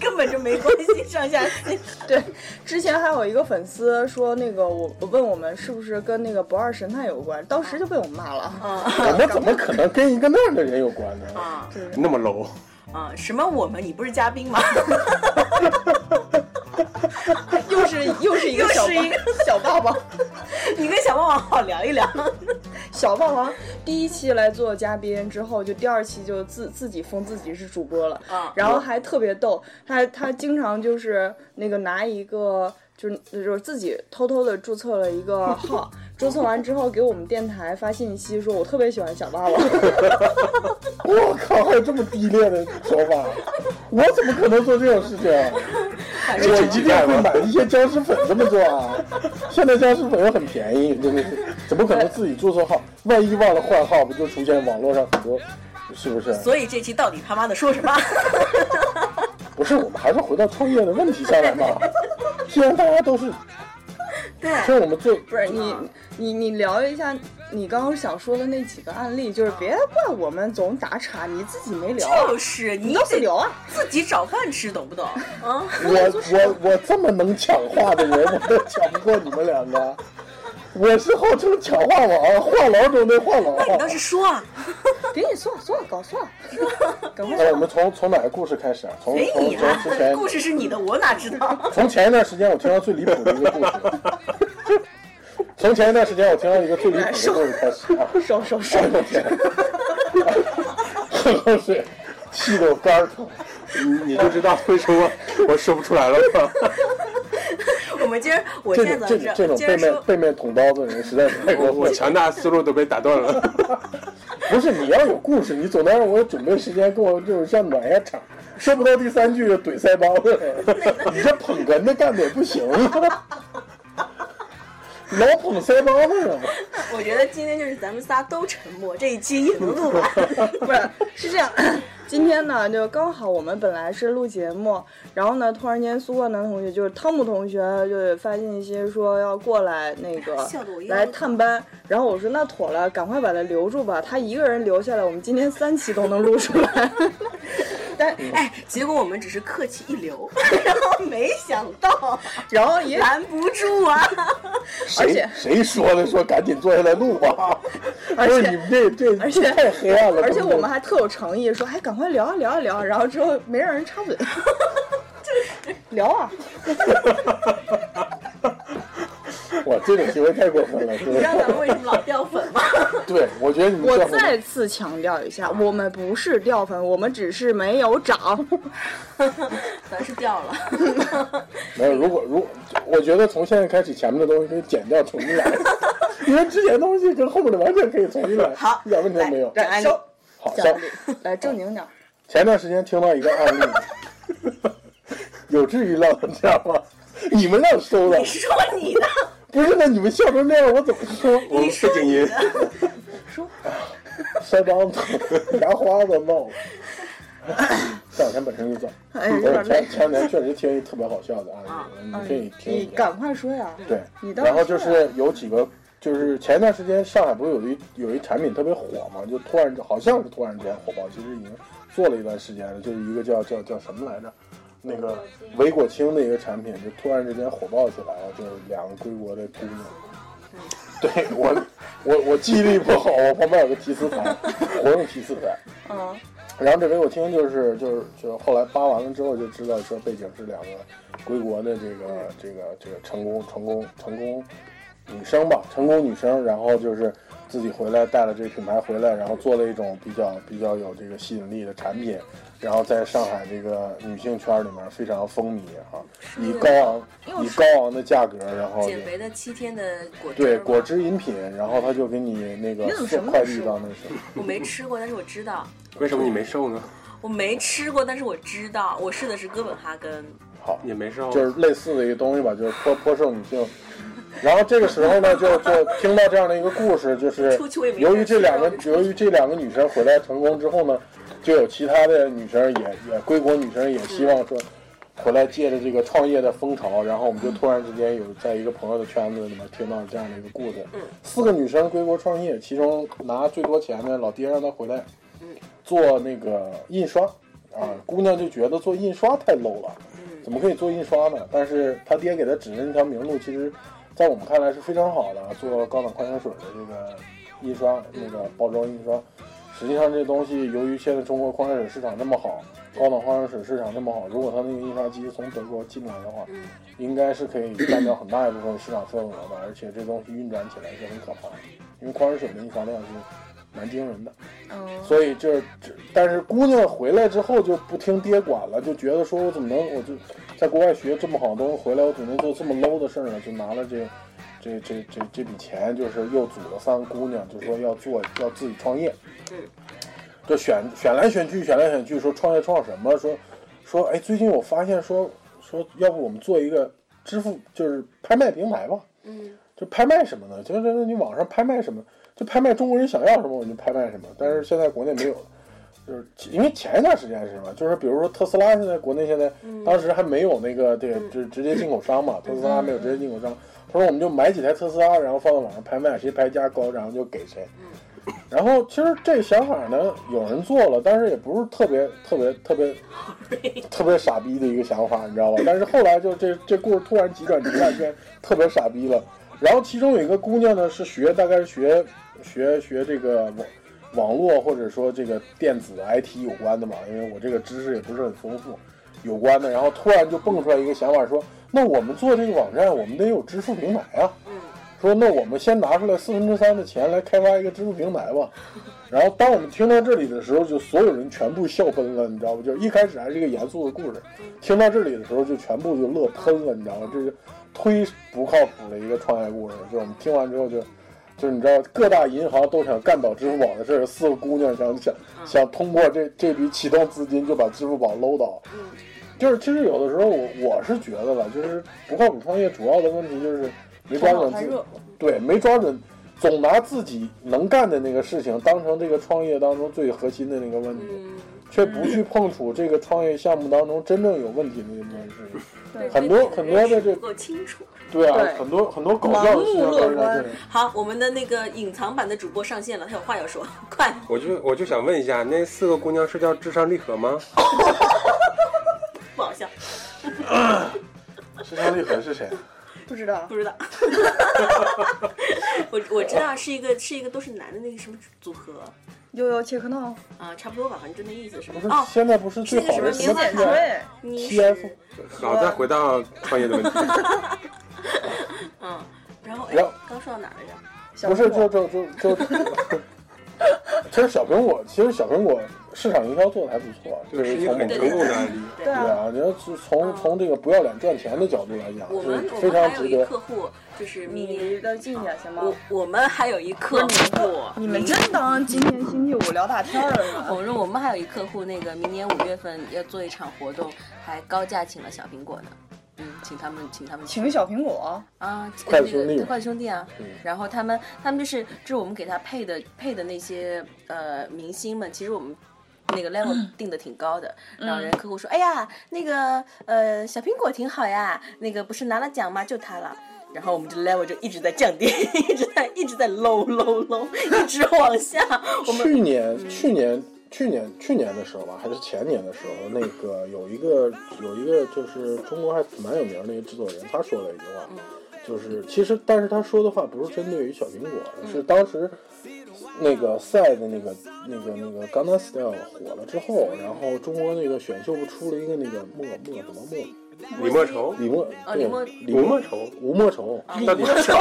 根本就没关系，上下期。对，之前还有一个粉丝说，那个我我问我们是不是跟那个不二神探有关，当时就被我骂嗯了。我们啊怎么可能跟一个那样的人有关呢？啊那么 low，啊！什么我们？你不是嘉宾吗？ 又是又是一个又小是霸一 个小霸王，你跟小霸王好好聊一聊。小霸王第一期来做嘉宾之后，就第二期就自自己封自己是主播了，啊然后还特别逗，他他经常就是那个拿一个。就是就是自己偷偷的注册了一个号， 注册完之后给我们电台发信息说，我特别喜欢小霸王，我靠，还有这么低劣的说法，我怎么可能做这种事情啊？反正我一定会买一些僵尸粉这么做啊！现在僵尸粉又很便宜，真的是，怎么可能自己注册号？万一忘了换号，不就出现网络上很多，是不是？所以这期到底他妈的说什么？ 不是，我们还是回到创业的问题上 来嘛。既然大家都是，对，其实我们最不是你 嗯你你聊一下你刚刚想说的那几个案例，就是别怪我们总打岔，你自己没 聊啊，就是你你倒是得聊啊，自己找饭吃，懂不懂？啊，我我我这么能讲话的人，我都讲不过你们两 个。我是号称讲话王，话痨中的话痨。你倒是说啊，给你算算搞算， 赶快哎那我算。们从从哪个故事开始啊？从随从你从啊之前，故事是你的，我哪知道？ 从前一段时间我听到最离谱的一个故事。 从前一段时间我听到一个最离谱的故事开始 啊！收收收哎！ 呦我天！喝口水，气得我肝儿疼。你就知道为什么我说不出来了吧？我们今儿，我这现在种老这是种这种接背着面说，背面捅刀子的人实在是太我过 我分了。强大的思路都被打断 了。不是你要有故事，你总得让我有准备时间，跟我就是像暖一下场。说不到第三句就怼腮帮子了，你这捧哏的干的也 不行啊，老捧腮帮子了。我觉得今天就是咱们仨都沉默，这一期也能录 完。不是，是这样。 今天呢，就刚好我们本来是录节目，然后呢，突然间苏冠南同学就是汤姆同学就发信息说要过来那个哎笑得我腰来探班，然后我说那妥了，赶快把他留住吧，他一个人留下来，我们今天三期都能录出来。 但哎，结果我们只是客气一流， 然后没想到 然后也拦不住啊！而谁且哎谁说的？说赶紧坐下来录吧。而不是且你们这这 而且这太黑暗了。而且对不对我们还特有诚意，说哎，赶快聊啊聊啊聊啊，然后之后没让 人插嘴，聊啊，哇，这种行为太过分了，真你知道咱的。们为什么老掉粉 吗？对，我觉得你们我这样再次强调一下，我们不是掉粉，我们只是没有涨。咱是掉 了，没有。如果如果，我觉得从现在开始，前面的东西可以剪掉，重新来。 因为之前的东西跟后面的完全可以重新来，好一点问题都 没有。来收好，讲像理，来正经点儿。前段时间听到一个案例， 有至于唠成这样吗？你们让收的你，说你的，不是那你们笑成那样，我怎么说？我们背景音，腮帮子、 牙花子冒了。这两天本身就燥，哎呀，有而点累啊且嗯前。前两天确实听一特别好笑的案例，你可以听你一下。赶快说呀！对你，倒是然后就说呀是有几个，就是前一段时间上海不是有一有一产品特别火嘛，就突然好像是突然之间火爆，其实已经做了一段时间了，就是一个叫叫叫什么来着，那个维果清的一个产品，就突然之间火爆起来了，就是两个归国的姑娘。 对我，我我记忆力不好，我旁边有个提词牌，我用提词牌。嗯，然后这维我听就是就是就是后来扒完了之后就知道说背景是两个归国的这个这个这个成功成功成功女生吧，成功女生，然后就是自己回来带了这个品牌回来，然后做了一种比较比较有这个吸引力的产品，然后在上海这个女性圈里面非常风靡哈，以高昂以高昂的价格，然后就减肥的七天的果汁儿对吗果汁饮品，然后他就给你那个你怎么什么啊快都递吃到那什么。我没吃过，但是我知道，为什么你没瘦呢？我没吃过，但是我知道，我试的是哥本哈根，好，也没瘦，就是类似的一个东西吧，就是颇颇受女性。然后这个时候呢，就就听到这样的一个故事，就是出去我也没由于这两个事儿由于这两个女生回来成功之后呢，就有其他的女生也也归国女生也希望嗯说回来借着这个创业的风潮，然后我们就突然之间有在一个朋友的圈子里面听到这样的一个故事，嗯四个女生归国创业，其中拿最多钱的老爹让她回来嗯做那个印刷啊，姑娘就觉得做印刷太 low 了，嗯怎么可以做印刷呢？但是她爹给她指的那条明路，其实，在我们看来是非常好的，啊，做高档矿泉水的这个印刷那个包装印刷。实际上这东西，由于现在中国矿泉水市场那么好，高档矿泉水市场那么好，如果它那个印刷机从德国进来的话，应该是可以占掉很大一部分市场份额的。而且这东西运转起来是很可怕的，因为矿泉水的印刷量是蛮惊人的。所以就是，只但是姑娘回来之后就不听爹管了，就觉得说我怎么能我就在国外学这么好的东西，回来我怎么能做这么 low 的事儿呢？就拿了这这这这这笔钱，就是又组了三个姑娘，就说要做要自己创业。就选选来选去，选来选去，说创业创什么？说说，哎，最近我发现说说，要不我们做一个支付，就是拍卖平台吧。嗯，就拍卖什么呢？就是那你网上拍卖什么，就拍卖中国人想要什么，我就拍卖什么。但是现在国内没有了。就是因为前一段时间是什么？就是比如说特斯拉现在国内现在当时还没有那个这个直直接进口商嘛，特斯拉没有直接进口商，他说我们就买几台特斯拉，然后放到网上拍卖，谁牌价高，然后就给谁。然后其实这想法呢，有人做了，但是也不是特别特别特别特别傻逼的一个想法，你知道吧？但是后来就这这故事突然急转直下，变特别傻逼了。然后其中有一个姑娘呢，是学大概是学学学这个网网络或者说这个电子 IT 有关的嘛，因为我这个知识也不是很丰富，有关的。然后突然就蹦出来一个想法说，那我们做这个网站，我们得有支付平台啊。说那我们先拿出来四分之三的钱来开发一个支付平台吧。然后当我们听到这里的时候，就所有人全部笑喷了，你知道吗？就一开始还是一个严肃的故事，听到这里的时候就全部就乐喷了，你知道吗？这是忒不靠谱的一个创业故事。就我们听完之后就，就是你知道各大银行都想干倒支付宝的事儿，四个姑娘想想嗯想通过这这笔启动资金就把支付宝搂倒。就是其实有的时候我我是觉得吧，就是不靠谱创业主要的问题就是没抓头脑准太自己热对，没抓准，总拿自己能干的那个事情当成这个创业当中最核心的那个问题，嗯却不去碰触这个创业项目当中真正有问题的那件事情。很多很多的这不够清楚。对啊，对很多很多搞笑的事情盲目乐都是在观这里。好，我们的那个隐藏版的主播上线了，他有话要 说，快！我就我就想问一下，那四个姑娘是叫智商励合吗？不好笑，时尚力恒是谁？不知道不 知道。我我知道是一个是一个都是男的那个什么组合悠悠切克闹，啊，差不多吧，反正就那意思是不吧是、哦，现在不是最是那好个的什么么明显剧啊对，你 TF 是好，再回到创业的问题。嗯，然后哎然后，刚说到哪儿来着？小不是，苹果就就就就。其实小苹果，其实小苹果市场营销做的还不错，啊这是一个从很某成个功的案例。对对啊，啊，你要是从从这个不要脸赚钱的角度来讲，我就们是我嗯非们常还有值一得。客户就是迷你你离，得近点行吗？我我们还有一客户，你们真当今天星期五聊大天儿了吗？我说我们还有一客户，那个明年五月份要做一场活动，还高价请了小苹果呢。嗯，请他们，请他们去请小苹果，啊，筷那子兄弟个筷子兄弟啊，然后他们他们就是就是我们给他配的配的那些呃明星们，其实我们。那个 level 定的挺高的，然后人客户说：“哎呀，那个呃小苹果挺好呀，那个不是拿了奖吗？就他了。”然后我们这 level 就一直在降低， 一直在一直在 low low low，一直往下。我们去年去年去年去年的时候吧，还是前年的时候，那个有一个有一个就是中国还蛮有名的一个制作人，他说了一句嗯话，就是其实但是他说的话不是针对于小苹果，嗯是当时那个赛的那个那个那个 Gangnam Style 火了之后，然后中国那个选秀不出了一个那个莫莫什么莫李莫愁，李莫哦对李哦莫李吴莫莫愁，吴莫愁，到底是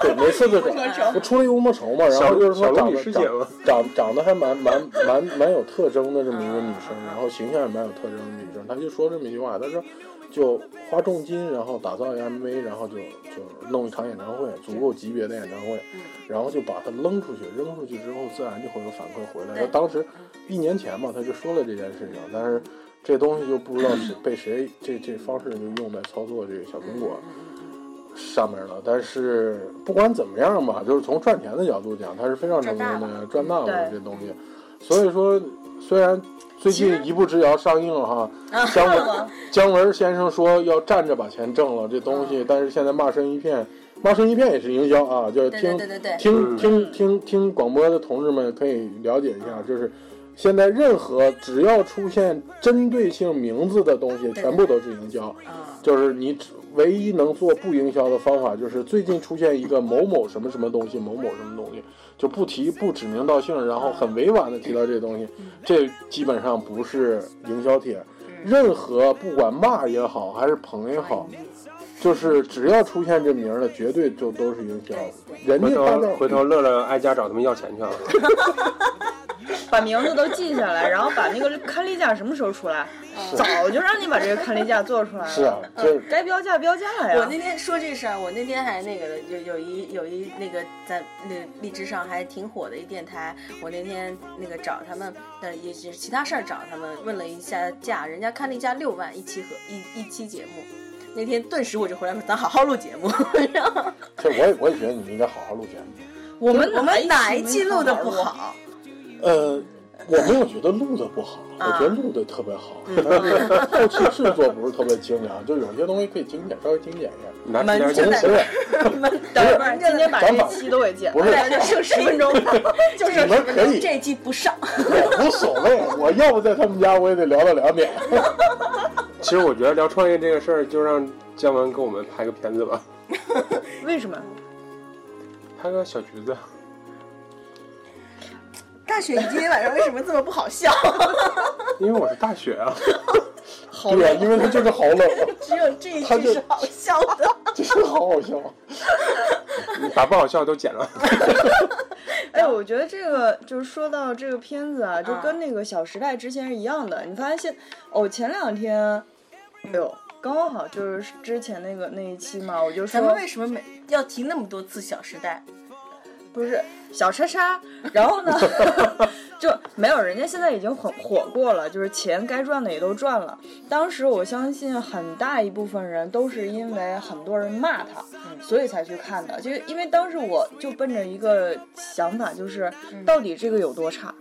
对，每次都是我出了一个乌毛虫嘛，然后就是小说鹿长女得师姐长吗长长得还蛮蛮蛮蛮有特征的这么一个女生，然后形象也蛮有特征的女生，她就说这么一句话，她说就花重金，然后打造一个 MV，然后就就弄一场演唱会，足够级别的演唱会，然后就把她扔出去，扔出去之后自然就会有反馈回来。对她当时一年前嘛，她就说了这件事情，但是这东西就不知道是被谁这这方式就用在操作这个小苹果。上面了，但是不管怎么样吧，就是从赚钱的角度讲，它是非常成功的，赚大了这东西。所以说，虽然最近《一步之遥》上映了啊哈，姜 文姜文先生说要站着把钱挣了这东嗯西，但是现在骂声一片，骂声一片也是营销啊，就是对听对对对对嗯听听听听广播的同志们可以了解一下，就是。现在任何只要出现针对性名字的东西，全部都是营销。啊就是你只唯一能做不营销的方法，就是最近出现一个某某什么什么东西，某某什么东西，就不提不指名道姓，然后很委婉的提到这个东西，这基本上不是营销帖。任何不管骂也好，还是捧也好，就是只要出现这名儿的，绝对就都是营销。人回家大头道回头乐乐挨家找他们要钱去啊 了。把名字都记下来，然后把那个看例假什么时候出来，早就让你把这个看例假做出来了。是啊，就是该标价标价呀。我那天说这事儿，我那天还那个的，有有一有一那个在那荔枝上还挺火的一电台，我那天那个找他们，呃，也是其他事儿找他们问了一下价，人家看了一家六万一期和一一期节目。那天顿时我就回来说，咱好好录节目。然后这我也我也觉得你们应该好好录节目。我们 我们哪一没期录的啊不好？好？呃，我没有觉得录的不好，我觉得录的特别好，但是 后期制作不是特别精良，就有些东西可以精简，稍微精简一下。拿门钱就无在所谓，等会儿今天把咱把这期都给剪不是对，就剩十分钟， 就剩十你们分可钟，以这一期不上。也 无所谓。我要不在他们家，我也得聊到两点。其实我觉得聊创业这个事儿，就让姜文给我们拍个片子吧，为什么？拍个小橘子。大雪，你今天晚 上为什么这么不好笑？因为我是大雪啊， 对呀，因为他就是好冷，只有这一他句就是好笑的。就是好好笑。你把不好笑都剪了。 哎，我觉得这个就是说到这个片子啊，就跟那个《小时代》之前是一样的。你发现哦，前两天，哎呦，刚好就是之前那个那一期嘛，我就咱们说为什么每要提那么多次《小时代》？不是小叉叉， 然后呢，就没有人家现在已经很火过了，就是钱该赚的也都赚了。当时我相信很大一部分人都是因为很多人骂他，嗯所以才去看的。就是因为当时我就奔着一个想法，就是嗯到底这个有多差，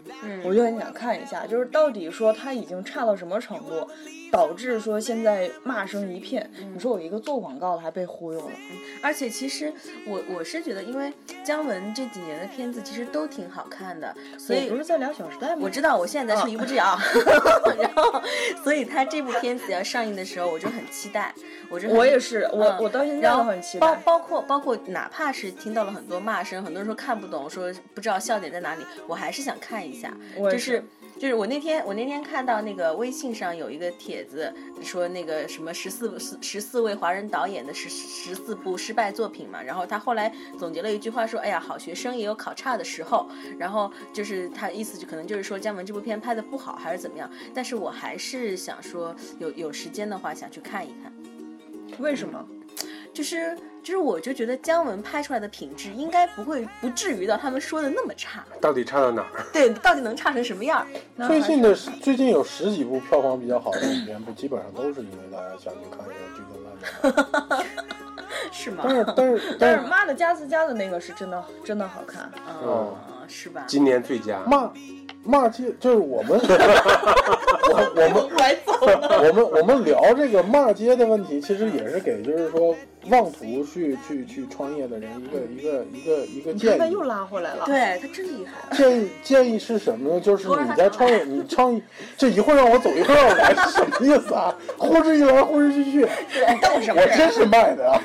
我就很想看一下，就是到底说他已经差到什么程度，导致说现在骂声一片。嗯你说我一个做广告的还被忽悠了，而且其实我我是觉得，因为姜文这几年的片子其实都挺好看的，所我以不是哦在聊《小时代》吗？我知道我现在在说《一步之遥》 然后所以他这部片子要上映的时候，我就很期待，我就很我也是，我、嗯我到现在然都后很期包待。包括包括，哪怕是听到了很多骂声，很多人说看不懂，说不知道笑点在哪里，我还是想看一下。我也就是是就是我那天我那天看到那个微信上有一个帖子，说那个什么十四十四位华人导演的十十四部失败作品嘛，然后他后来总结了一句话说，哎呀，好学生也有考差的时候，然后就是他意思就可能就是说姜文这部片拍的不好还是怎么样，但是我还是想说有有时间的话想去看一看。为什么？就是就是我就觉得姜文拍出来的品质应该不会不至于到他们说的那么差，到底差到哪儿？对，到底能差成什么样儿？最近的最近有十几部票房比较好的影片，不基本上都是因为大家想去看一个剧情烂的。是吗？ 但是但是但但是《是，妈的加斯加》的那个是真的真的好看，哦嗯，是吧？今年最佳骂骂街就是我们，我我们拐走了，我们我们聊这个骂街的问题，其实也是给就是说妄图去去去创业的人一个一个一个一你个看建他议又。拉回来了。对他真厉害，建议建议是什么呢？就是你在创业，你创业这一会儿让我走，一会儿让我来，是什么意思啊？呼之欲来，呼之欲去，逗什么我真是卖的啊！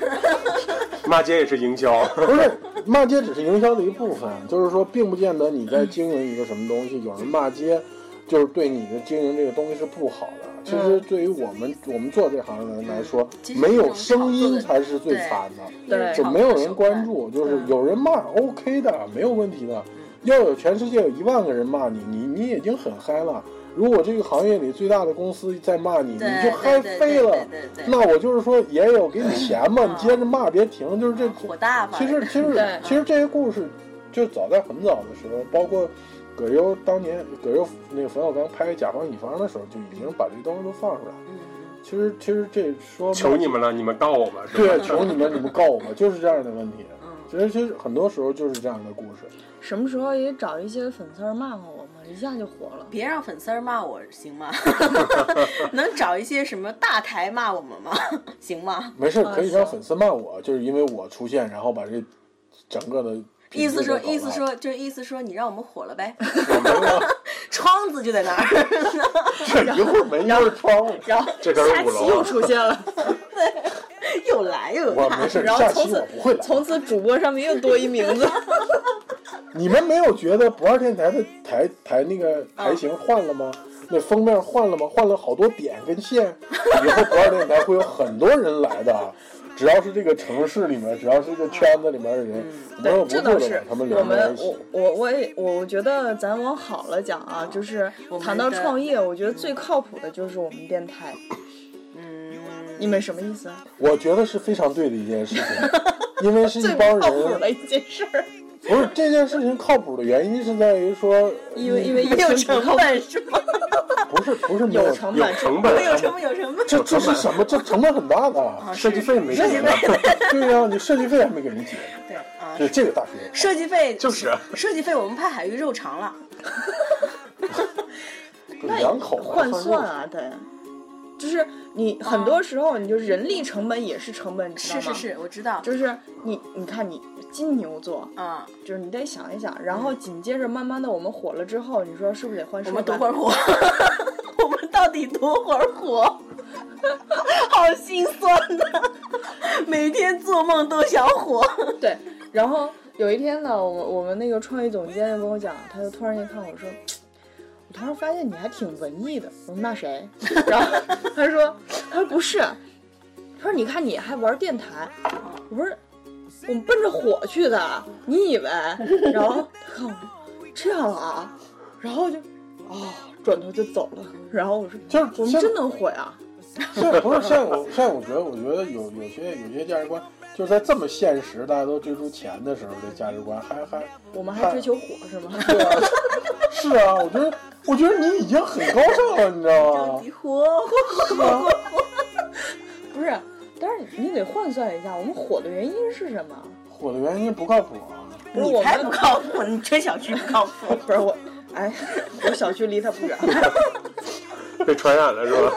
骂街也是营销，不是骂街只是营销的一部分，就是说，并不见得你在经营一个什么东西，有人骂街，就是对你的经营这个东西是不好的。其实对于我们我们做这行的人来说嗯其，实没这有种声炒作音的才是最对惨的。对就没有人关注，嗯就是有人骂 OK 的，没有问题的。要有全世界有一万个人骂你，你你已经很嗨了。如果这个行业里最大的公司在骂你，你对就嗨飞了对对对对对。那我就是说，也有给你钱嘛，你接着骂别停，就是这。火大吧？其实其实对其实这些故事，就早在很早的时候，包括葛优当年葛优那个冯小刚拍《甲方乙方》的时候，就已经把这东西都放出来了。嗯，其实其实这说求你们了，你们告我吧，是吧？对，求你们，你们告我吧，就是这样的问题。嗯其实其实很多时候就是这样的故事。什么时候也找一些粉丝儿骂骂我们，一下就火了。别让粉丝儿骂我行吗？ 能找一些什么大台骂我们吗？ 行吗？没事，啊可以让是粉丝骂我，就是因为我出现，然后把这整个的意思说，品质意都搞思了，说，就意思说，你让我们火了呗，啊 窗子就在那 儿。 这一会儿门一会儿窗户。然后这都是五楼又啊，出现 了，又来又有我他没，事，然后下从期此我不会来。从此主播上面又多一名 字。你们没有觉得不二电台的台台那嗯个台型换了吗？那封面换了吗？换了好多点跟线。以后不二电台会有很多人来的，只要是这个城市里面，只要是这个圈子里面的人，无嗯对有，不这做倒的是把他们我连在一们起我。我我也我我觉得咱往好了讲啊，就是我们谈到的创业，我觉得最靠谱的就是我们电台。嗯，你们什么意思啊？我觉得是非常对的一件事 情，因为是一最帮不靠谱人，的一件事儿，不是这件事情靠谱的原因是在于说，因为因为没有成成本是吗？不是不是没有有，成有本，成没有本，啊成本有成本。这这是什么？这成本很大啊的，设计费没给呢，对呀、你设计费还没给人结，对啊，就这个大学，设计费就是设计费，我们拍海域肉偿了。就两口子 换算肉啊，对，就是你很多时候你就人力成本也是成本，你知道是吗？是是，我知道。就是你你看你金牛座，啊，就是你得想一想，然后紧接着慢慢的我们火了之后，你说是不是得换我设们备多？会儿火，我们到底多会儿火？好心酸呐、每天做梦都想火。对，然后有一天呢，我们我们那个创意总监就跟我讲，他就突然间看我说，我突然发现你还挺文艺的。我说那谁？ 然后他说，他说不是，他说你看你还玩电台，我说我们奔着火去的，你以为？然后他看我说这样啊，然后就哦，转头就走了。然后我说就是我们就是真能火呀、现在不是现在我现在我觉得我觉得有有些有些价值观，就是在这么现实，大家都追逐钱的时候，这价值观还还我们还追求火是吗？ 对啊，是啊，我觉得我觉得你已经很高尚了，你知道吗？火火不是，但是你得换算一下，我们火的原因是什么？火的原因不靠谱啊。不是我才不们，靠谱，你这小区不靠谱。不 是我，哎，我小区离他不远。被传染了是吧？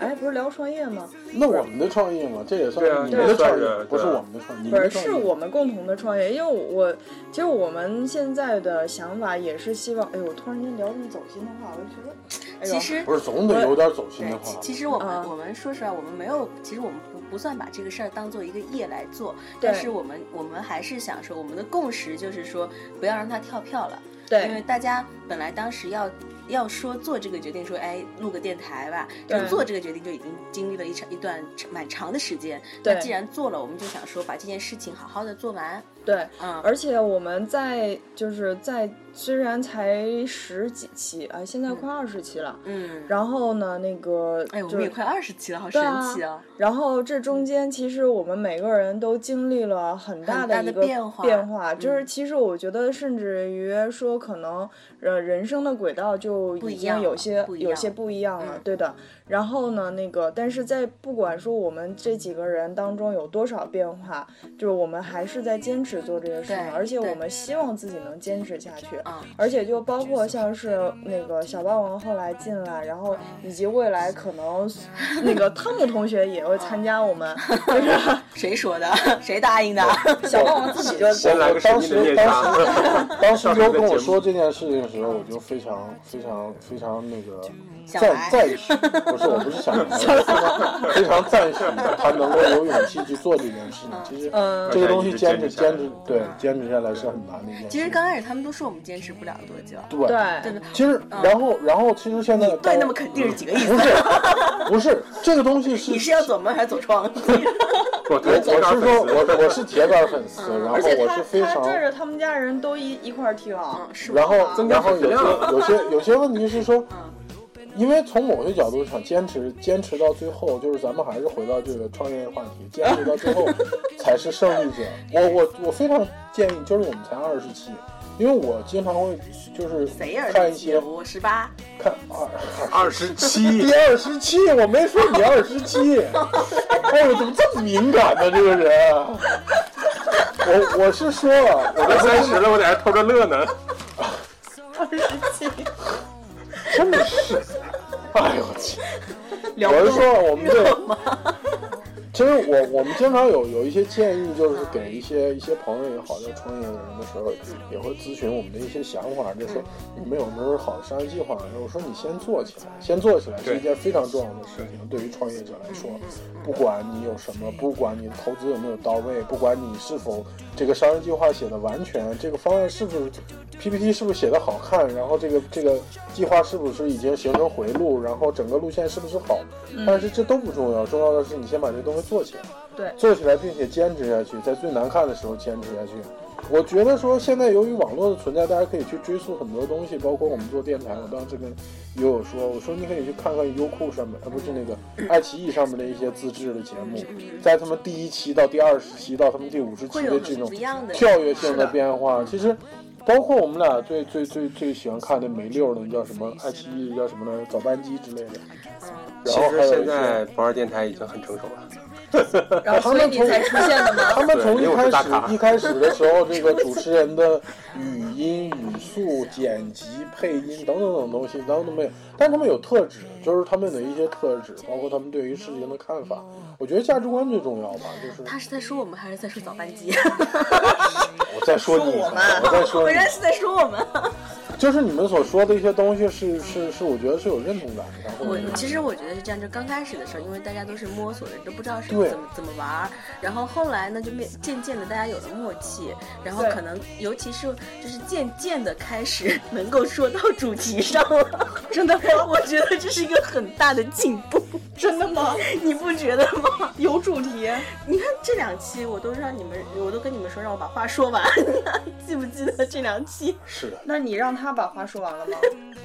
哎，不是聊创业吗？那我们的创意嘛，这也算对啊是你们的创对啊对啊意，不是我们的创意，你不们是，的创意是我们共同的创业，因为我其实我们现在的想法也是希望，哎呦，突然间聊这么走心的话，我就觉得，哎呦其实不是总得有点走心对的，其话。其实我们、嗯我们说实话，我们没有，其实我们不不算把这个事儿当做一个业来做，对但是我们我们还是想说，我们的共识就是说，不要让它跳票了，因为对大家本来当时要要说做这个决定，说哎录个电台吧，就对做这个决定就已经经历了一长一段长蛮长的时间，对那既然做了，我们就想说把这件事情好好的做完，对，嗯而且我们在就是在虽然才十几期啊，现在快二十期了，嗯，然后呢，那个哎，我就们也快二十期了，好神奇对啊啊！然后这中间，其实我们每个人都经历了很嗯大很大的一的个变化就是嗯其实我觉得，甚至于说，可能呃人生的轨道就不已一样经有了些不一有些样不一样了，嗯对的。然后呢，那个但是在不管说我们这几个人当中有多少变化，就是我们还是在坚持做这些事对情，而且对我们希望自己能坚持下去。啊，而且就包括像是那个小霸王后来进来，然后以及未来可 能那个汤姆同学也会参加我们，就是谁说的？ 谁答应的？小霸王自己就先来个神当秘的时夜当场时，当时上周次的跟节我目说这件事情的时候，我就非常非常非常那个想赞来赞许，不是我不是想来，我非常非常赞许他能够有勇气去做这件事情。其实嗯这个东西坚持坚坚持持对坚持下来是很难的一件事。其实刚开始他们都说我们坚持不了多久，对对，其实然后然后其实现在嗯对，那么肯定是几个意不 思？是不是这个东西是你是要左门还是左窗？ 我我我是说，我我是铁杆粉丝，嗯然后而且我他是非他常，这是他们家人都一一块儿听，嗯，是嗯然后吗增加然后有粉丝量些有些 有些问题是说，因为从某些角度上坚持坚持到最后，就是咱们还是回到这个创业话题，坚持到 最后才是胜利者。我我我非常建议，就是我们才二十期，因为我经常会就是谁呀？看一些我十八，看二二十七第，二十七，我没说你二十七。哎呦，怎么这么敏感呢？这个人啊，我我是说，我我都三十了，我在这偷着乐呢。真的是， 哎呦我去！聊我是不说，我们这，其实我我们经常有有一些建议，就是给一些一些朋友也好，在创业的人的时候，也会咨询我们的一些想法，就说你们有没有好的商业计划？我说你先做起来，先做起来是一件非常重要的事情，对于创业者来说，不管你有什么，不管你投资有没有到位，不管你是否这个商业计划写的完全，这个方案是不是 PPT 是不是写的好看，然后这个这个计划是不是已经形成回路，然后整个路线是不是好，嗯但是这都不重要，重要的是你先把这东西做起来。对做起来，并且坚持下去，在最难看的时候坚持下去。我觉得说，现在由于网络的存在，大家可以去追溯很多东西，包括我们做电台，我当时跟友友说，我说你可以去看看优酷上面，呃，不是 那个爱奇艺上面的一些自制的节目，在他们第一期到第二十期到他们第五十嗯期会有的这很种不一样的跳跃性的变化，其实。包括我们俩最最最最喜欢看的梅六的那叫什么爱奇艺叫什么呢？早班机之类的。然其后还实有现一些，在不二电台已经很成熟了，然后所以你才出现的吗？他们从一对因为我开是大咖始一开始的时候，这个主持人的语音、语速、剪辑、配音等等等东西，当然都没有，但他们有特质，就是他们的一些特质，包括他们对于事情的看法。我觉得价值观最重要吧，就是他是在说我们还是在说早 班机？我再说你一我下们，我再说我你一原下来，是在说我们。就是你们所说的一些东西是是是，我觉得是有认同感的。或我者是其实我觉得是这样，就刚开始的时候，因为大家都是摸索着，都不知道是对怎么怎么玩儿。然后后来呢，就变渐渐的大家有了默契，然后对可能尤其是就是渐渐的开始 能够说到主题上了。 真的吗？我觉得这是一个很大的进步， 真的吗？ 你不觉得吗？ 有主题， 你看这两期我都让你们，我都跟你们说让我把话说完， 你还记不记得这两期？是的，那你让他把话说完了 吗？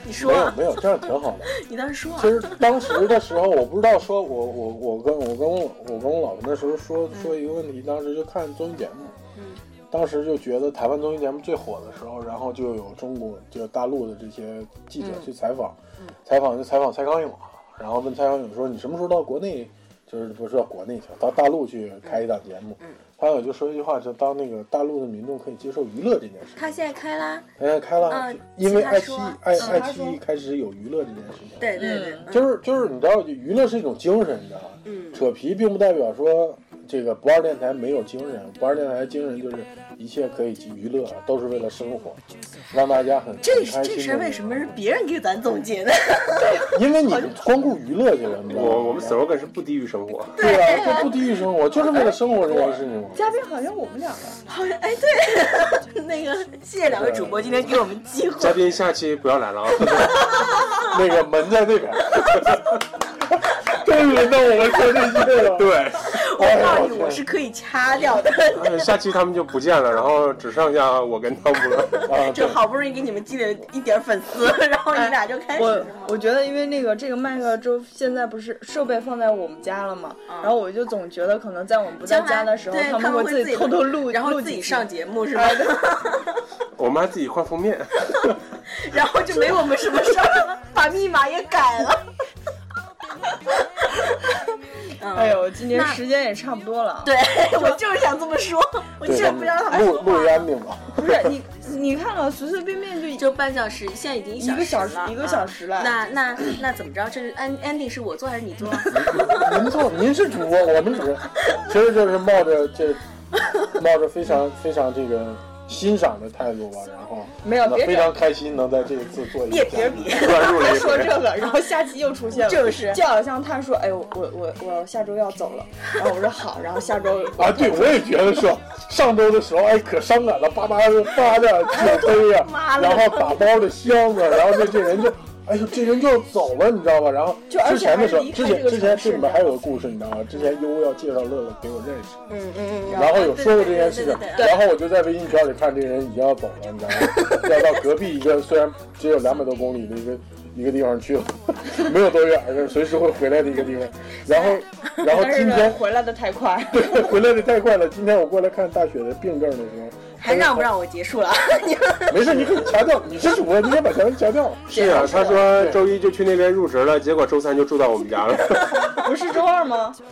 你没说有啊，没有，这样挺好的。你当时说啊其，实当时的时候，我不知道说我，我我跟我跟我我跟我老婆那时候说嗯说一个问题，当时就看综艺节目，当时就觉得台湾综艺节目最火的时候，然后就有中国就是大陆的这些记者去采访，嗯采访就采访蔡康永，然后问蔡康永说你什么时候到国内，就是不是到国内去，到大陆去开一档节目，嗯蔡康永就说一句话，就当那个大陆的民众可以接受娱乐这件事情。他现在开啦，嗯，开了，嗯因为其他爱奇艺说爱嗯爱奇艺开始有娱乐这件事情，对对嗯对，就是就是，你知道，娱乐是一种精神，你知道吗？嗯扯皮并不代表说这个不二电台没有精神，不二电台的精神就是一切可以及娱乐，都是为了生活，让大家很这很开这心事儿的。为什么是别人给咱总结的？ 因为你光顾娱乐去了，你知道吗？我我们 slogan 是不低于生活，对啊，这不低于生活，就是为了生活这件事情嘛。嘉宾好像我们两个，好像哎，对， 那个谢谢两位主播今天给我们机嘉会。宾下期不要来了啊！那 个门在那边，终于弄我们说这些 了。对，我告诉你，我是可以掐掉的。 哎下期他们就不见了，然后只剩下我跟汤姆 了。啊，就对，好不容易给你们积累一点粉丝， 然后你俩就开始我我觉得，因为那个这个麦克周现在不是设备放在我们家了嘛，然后我就总觉得可能在我们不在将来家的时候，对他们会自己偷偷录，然后录自己几期上节目是吧？我妈自己换封面， 然后就没我们什么事儿了，把密码也改 了。 哎呦，今天那时间也差不多了啊。嗯对，我就是想这么 说，我就咱是不们让他们录说话录一。安定吧。不是你，你看看，随随便便就就半小时，现在已经一一个小时了，时一个小时了啊那那那怎么着？这是 end ending 是我做还是你做？您做，您是主播，我们只是，其实就是冒着这，冒着非常非常这个欣赏的态度吧，然后没有那别非这样常开心能在这一次做一别个别比， 乱入了他一说回 这。个，然后下期又出现了，就是就好像他说，哎，我我我我下周要走了，然后我说好，然后下周啊，对，我也觉得是，上周的时候，哎，可伤感了，叭叭的 叭的酒杯呀妈，了然后打包的箱子，然后这这人就，哎呦，这人就要走了，你知道吧？然后就而之且前的还时候，离开之这前个之前城这市里面还有个故事，你知道吗？之前优要介绍乐乐给我认识，嗯嗯然后有说过这件事情对对对，对然后我就在微信圈里看这人已经要走了，你知道吗？要到隔壁一个虽然只有两百多公里的一个一个地方去了，没有多远的，随时会回来的一个地方。然后，然后但是今呢天回来的太快，对， 回来的太快了。今天我过来看大雪的病症的时候，还让不让我结束了？你们没事，你可以掐掉，你是主播，你先把前面掐掉。是啊，他说周一就去那边入职了，结果周三就住到我们 家了。 不是周二吗？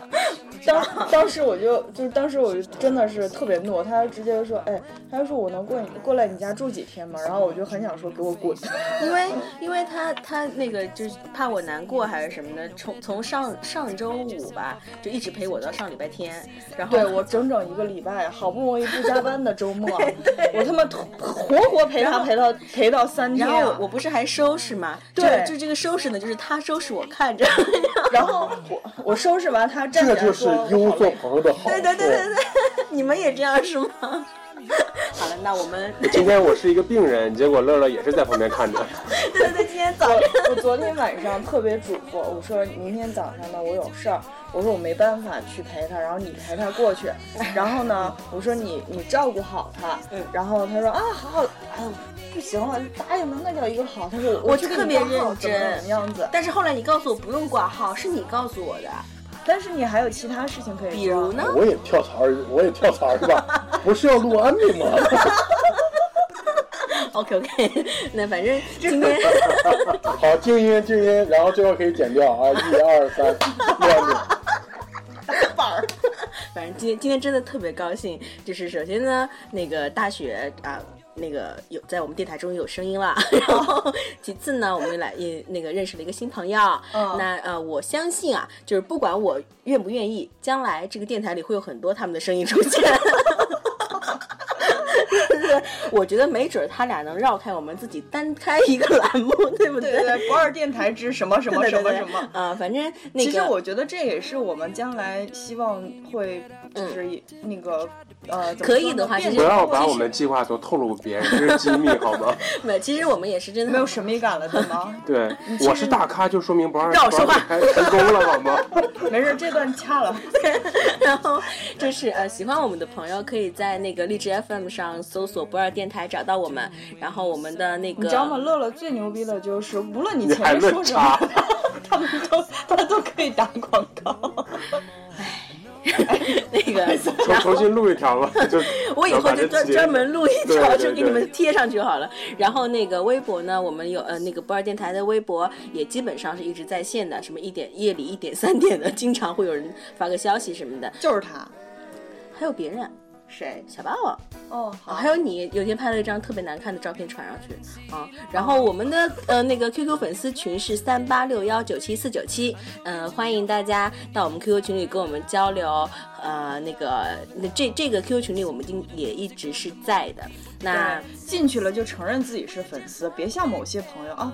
当当时我就就是当时我就真的是特别懦，他直接说，哎，他就说我能过你过来你家住几天吗？然后我就很想说给我滚， 因为因为他他那个就是怕我难过还是什么的，从从上上周五吧就一直陪我到上礼拜天， 然后对我整整一个礼拜，好不容易不加班的周 末，我他妈活活陪他陪到陪到三天然啊，后我我不是还收拾吗？对就就这个收拾呢，就是他收拾我看着， 然后我我收拾完他站起这来就是说优做朋友的好对处。对对对对，你们也这样是吗？ 好了，那我们今天我是一个病人，结果乐乐也是在旁边 看着。对对对，今天早上我我昨天晚上特别嘱咐，我说明天早上呢我有事儿，我说我没办法去陪他，然后你陪他过 去，然后呢我说你你照顾好他，嗯然后他说啊好好，哎呦不行了，答应的那叫一个好，他说我去给特你别挂号认怎么真怎么样子，但是后来你告诉我不用挂号，是你告诉我的，但是你还有其他事情可以做，比如呢？ 我也跳槽，我也跳槽 是吧？不是要录安利吗？ OK OK，那 反正今天好，静音静音，然后最后可以剪掉啊！一二三，录安定。反正今天今天真的特别高兴，就是首先呢，那个大雪啊。那个有在我们电台终于有声音了，然 后其次呢，我们来也那个认识了一个新朋友。嗯那呃，我相信啊，就是不管我愿不愿意，将来这个电台里会有很多他们的声音出现。 我觉得没准儿他俩能绕开我们自己单开一个栏目，对不 对对 对，不二电台之什么什么什么什么。啊、反正那个其实我觉得这也是我们将来希望会呃就是也那个、呃，怎嗯么可说以呢的话变其不实成要过把去我们计划都透露给别人，这是机密好 吗？没，其实我们也是真的没有神秘感了，对 吗？对，我是大咖，就说明不二让我说话不二成功了好 吗？没事，这段掐了。然后就是呃，喜欢我们的朋友可以在那个荔枝 FM 上搜索不二电台找到我们，然后我们的那个你知道吗？乐乐最牛逼的就是，无论你你前还面论说什么茶，， 他们都他都可以打广告。 那 个，重重新录一条吧，就 我以后就专专门录一条，对对就给你们贴上去好了。然后那个微博呢，我们有呃那个不二电台的微博也基本上是一直在线的，什么一点夜里一点三点的，经常会有人发个消息什么的。就是他，还有别人，谁？小霸王。哦，啊，好还，有你有天拍了一张特别难看的照片传上去啊，然后我们的呃那个 QQ 粉丝群是三八六幺九七四九七，嗯，欢迎大家到我们 QQ 群里跟我们交流，呃，那个那这这个 QQ 群里我们已经也一直是在的，那对进去了就承认自己是粉丝，别像某些朋友啊，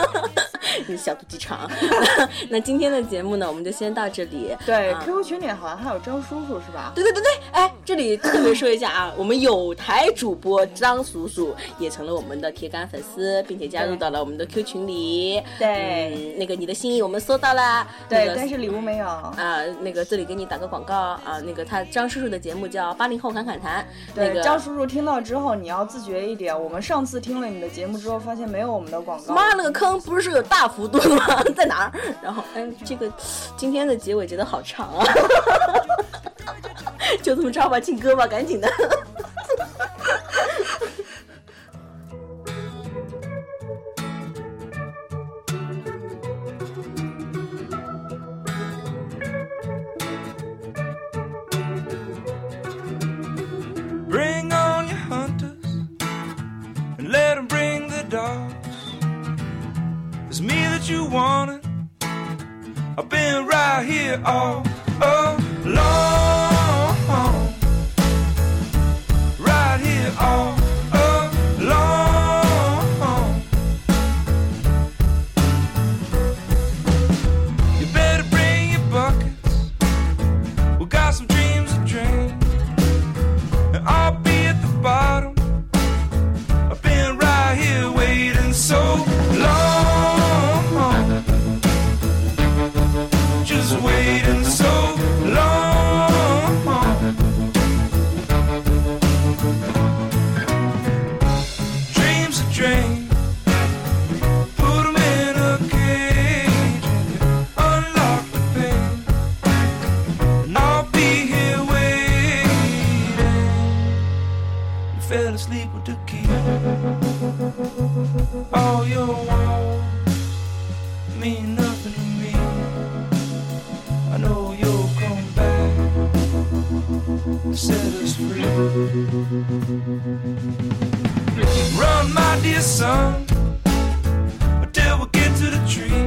你小肚鸡肠。 那今天的节目呢，我们就先到这里。对啊，QQ 群里好像还有张叔叔是吧？对对对对，哎，这里特别说一下啊，我们有台主播张叔叔也成了我们的铁杆粉丝，并且加入到了我们的 Q 群里。对嗯，那个你的心意我们收到啦。那对，个但是礼物没有。啊、那个这里给你打个广告啊，那个他张叔叔的节目叫《八零后侃侃谈》，那对，个张叔叔听到之后，你要自觉一点。我们上次听了你的节目之后，发现没有我们的广告。妈了个坑，不是说有大幅度的吗？ 在哪儿？然后，哎，这个今天的结尾觉得好长啊， 就这么着吧，进歌吧，赶紧的。 Bring on your hunters and let 'em bring the dogs. It's me that you wanted. I've been right here all along. Right here all along. You better bring your buckets. We got some dreams to dream. And I'll be at the bottom. I've been right here waiting so long. Just waiting so long. Dreams are dreams. Put 'em in a cage. Unlock the pain. And I'll be here waiting. You fell asleep with the key. All your walls mean nothing to me. I know you'll come back to set us free. Run, my dear son, until we get to the tree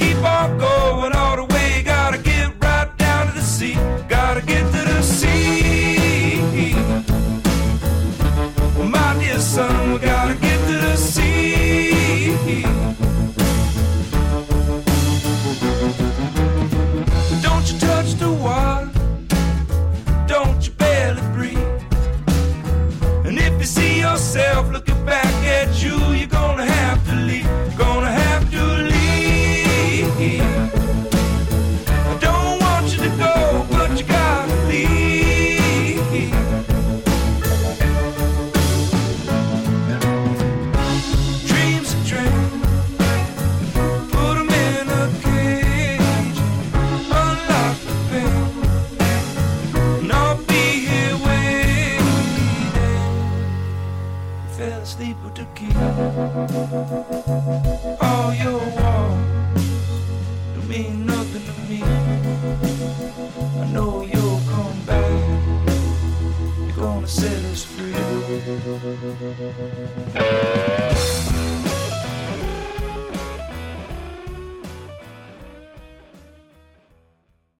keep on going all the way. Gotta get right down to the sea. Gotta get to the sea. My dear son, we gotta get to the sea. Don't you touch the water. Don't you barely breathe. And if you see yourself looking back at you, you're gonna have to leave. Gonna have to leave. I don't want you to go, but you gotta leave. Dreams are dreams. Put 'em in a cage. Unlock the pain. And I'll be here waiting fell asleep with the key. All your walls don't mean nothing to me. I know you'll come back. You're gonna set us free.